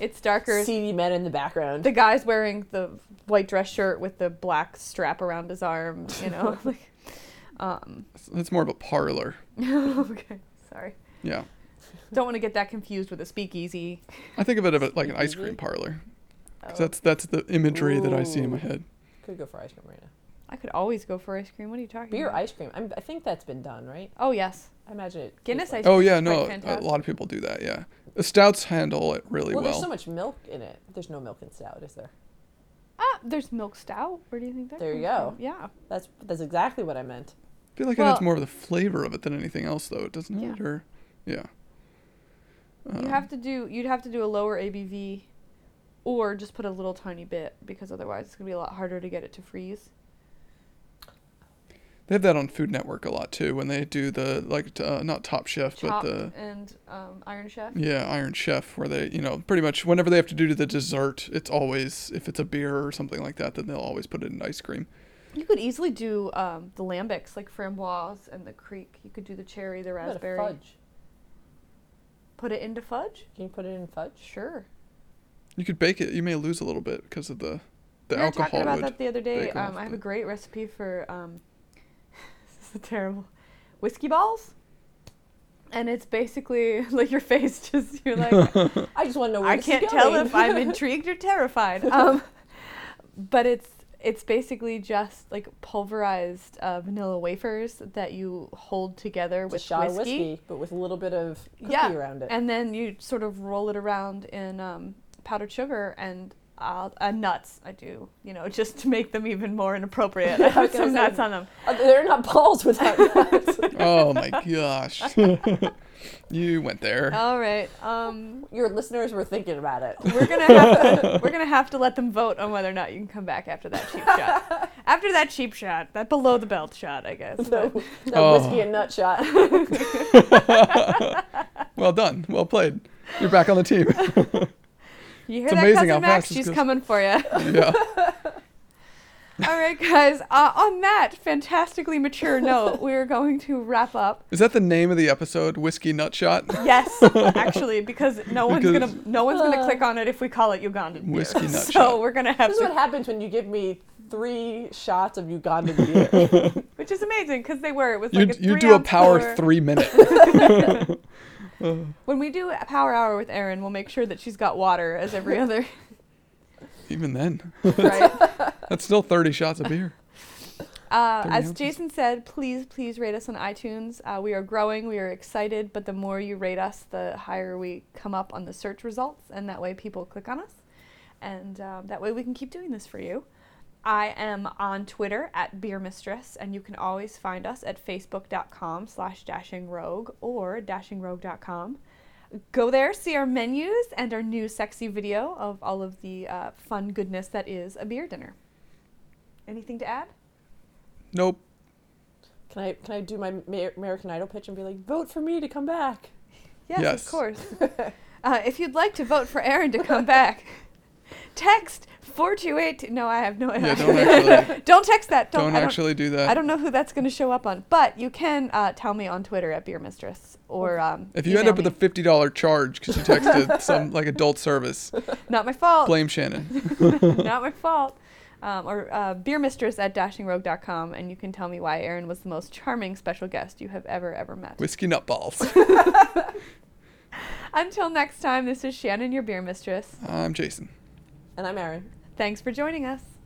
S1: it's darker
S3: Seedy men in the background.
S1: the guy's wearing the white dress shirt with the black strap around his arm, you know. like, um,
S2: That's more of a parlor.
S1: okay, sorry.
S2: Yeah,
S1: Don't want to get that confused with a speakeasy.
S2: I think of it of it like an ice cream
S3: Speakeasy?
S2: parlor. 'Cause
S1: Oh,
S2: That's that's the imagery that I see in my
S3: Ooh.
S2: head.
S3: Could go for ice cream right now.
S1: I could always go for ice cream. What are you talking
S3: Beer
S1: about?
S3: ice cream. I'm, I think that's been done, right?
S1: Oh yes,
S3: I imagine it. tastes
S1: Guinness
S3: like-
S1: ice cream.
S2: Oh yeah,
S1: is
S2: no,
S1: quite
S2: a
S1: fantastic.
S2: lot of people do that. Yeah, the stouts handle it really
S3: Well,
S2: well.
S3: there's so much milk in it. There's no milk in stout, is there?
S1: Ah, there's milk stout. Where do you think that?
S3: There you
S1: comes
S3: go.
S1: from? Yeah.
S3: That's that's exactly what I meant.
S2: I feel like
S1: well-
S2: that's more of the flavor of it than anything else, though, doesn't it?
S1: Yeah.
S2: Or, yeah. Um,
S1: you have to do. You'd have to do a lower ABV, or just put a little tiny bit because otherwise it's gonna be a lot harder to get it to freeze.
S2: They have that on Food Network a lot too when they do the like t- uh, not Top Chef
S1: Chopped
S2: but the
S1: and um, Iron Chef.
S2: yeah Iron Chef where they you know pretty much whenever they have to do to the dessert it's always if it's a beer or something like that then they'll always put it in ice cream.
S1: You could easily do um, the lambics, like framboise and the creek. You could do the cherry, the
S3: What about a
S1: raspberry.
S3: fudge?
S1: Put it into fudge?
S3: Can you put it in fudge?
S1: Sure.
S2: You could bake it. You may lose a little bit because of the the
S1: we were talking
S2: alcohol
S1: about
S2: would.
S1: that the other day.
S2: bake
S1: Um,
S2: off
S1: I have
S2: the-
S1: a great recipe for um, this is terrible whiskey balls, and it's basically like your face just you're like
S3: I just want to know where
S1: I
S3: this is
S1: can't tell
S3: going.
S1: if I'm intrigued or terrified. Um, but it's it's basically just like pulverized uh, vanilla wafers that you hold together
S3: It's a
S1: with
S3: shot of
S1: whiskey.
S3: whiskey, but with a little bit of cookie
S1: Yeah,
S3: around it.
S1: and then you sort of roll it around in um, powdered sugar and uh, uh, nuts. I do, you know, just to make them even more inappropriate. I
S3: I was
S1: put
S3: gonna
S1: some
S3: say-
S1: nuts on them.
S3: Uh, they're not balls without nuts.
S2: oh my gosh, you went there.
S1: All right, um,
S3: Your listeners were thinking about it.
S1: we're gonna have to, we're gonna have to let them vote on whether or not you can come back after that cheap shot. After that cheap shot, that below the belt shot, I guess.
S3: So
S1: but-
S3: that
S2: Oh.
S3: whiskey and nut shot.
S2: Well done. Well played. You're back on the team.
S1: you hear
S2: It's
S1: that,
S2: amazing
S1: cousin
S2: how
S1: Max?
S2: fast this
S1: She's
S2: goes.
S1: coming for you.
S2: yeah.
S1: All right, guys. Uh, on that fantastically mature note, we're going to wrap up.
S2: Is that the name of the episode? Whiskey Nutshot.
S1: Yes, actually, because no one's
S2: Because-
S1: gonna no one's gonna click on it if we call it Ugandan beer.
S2: Whiskey nut
S1: so
S2: shot.
S1: we're gonna have
S3: Uh. This is what
S1: to,
S3: happens when you give me three shots of Ugandan beer.
S1: which is amazing because they were. It was
S2: You
S1: like a
S2: you
S1: three
S2: do a
S1: ounce
S2: power
S1: pour.
S2: three minute.
S1: When we do a power hour with Erin, we'll make sure that she's got water as every other.
S2: Even then,
S1: right.
S2: that's still 30 shots of beer.
S1: Uh, as
S2: Thirty ounces.
S1: Jason said, please, please rate us on iTunes. Uh, we are growing. We are excited. But the more you rate us, the higher we come up on the search results, and that way people click on us, and um, that way we can keep doing this for you. I am on Twitter at Beer Mistress, and you can always find us at facebook.com slash dashingrogue or dashingrogue.com. Go there, see our menus and our new sexy video of all of the uh, fun goodness that is a beer dinner. Anything to add?
S2: Nope.
S3: Can I can I do my Ma- American Idol pitch and be like, vote for me to come back?
S1: Yes,
S2: Yes.
S1: of course. uh, if you'd like to vote for Aaron to come back, text 428. No, I have no idea.
S2: Yeah, don't actually,
S1: Don't text that. Don't,
S2: don't
S1: I don't,
S2: actually do that.
S1: I don't know who that's going to show up on, but you can uh, tell me on Twitter at Beer Mistress or um,
S2: if you end
S1: email
S2: up with a
S1: me.
S2: fifty dollar charge because you texted some like adult service,
S1: not my fault,
S2: blame Shannon.
S1: not my fault, um, or uh, beermistress at dashingrogue.com, and you can tell me why Aaron was the most charming special guest you have ever ever met.
S2: Whiskey nut balls.
S1: Until next time, this is Shannon, your beer mistress.
S2: I'm Jason.
S3: And I'm Aaron.
S1: Thanks for joining us.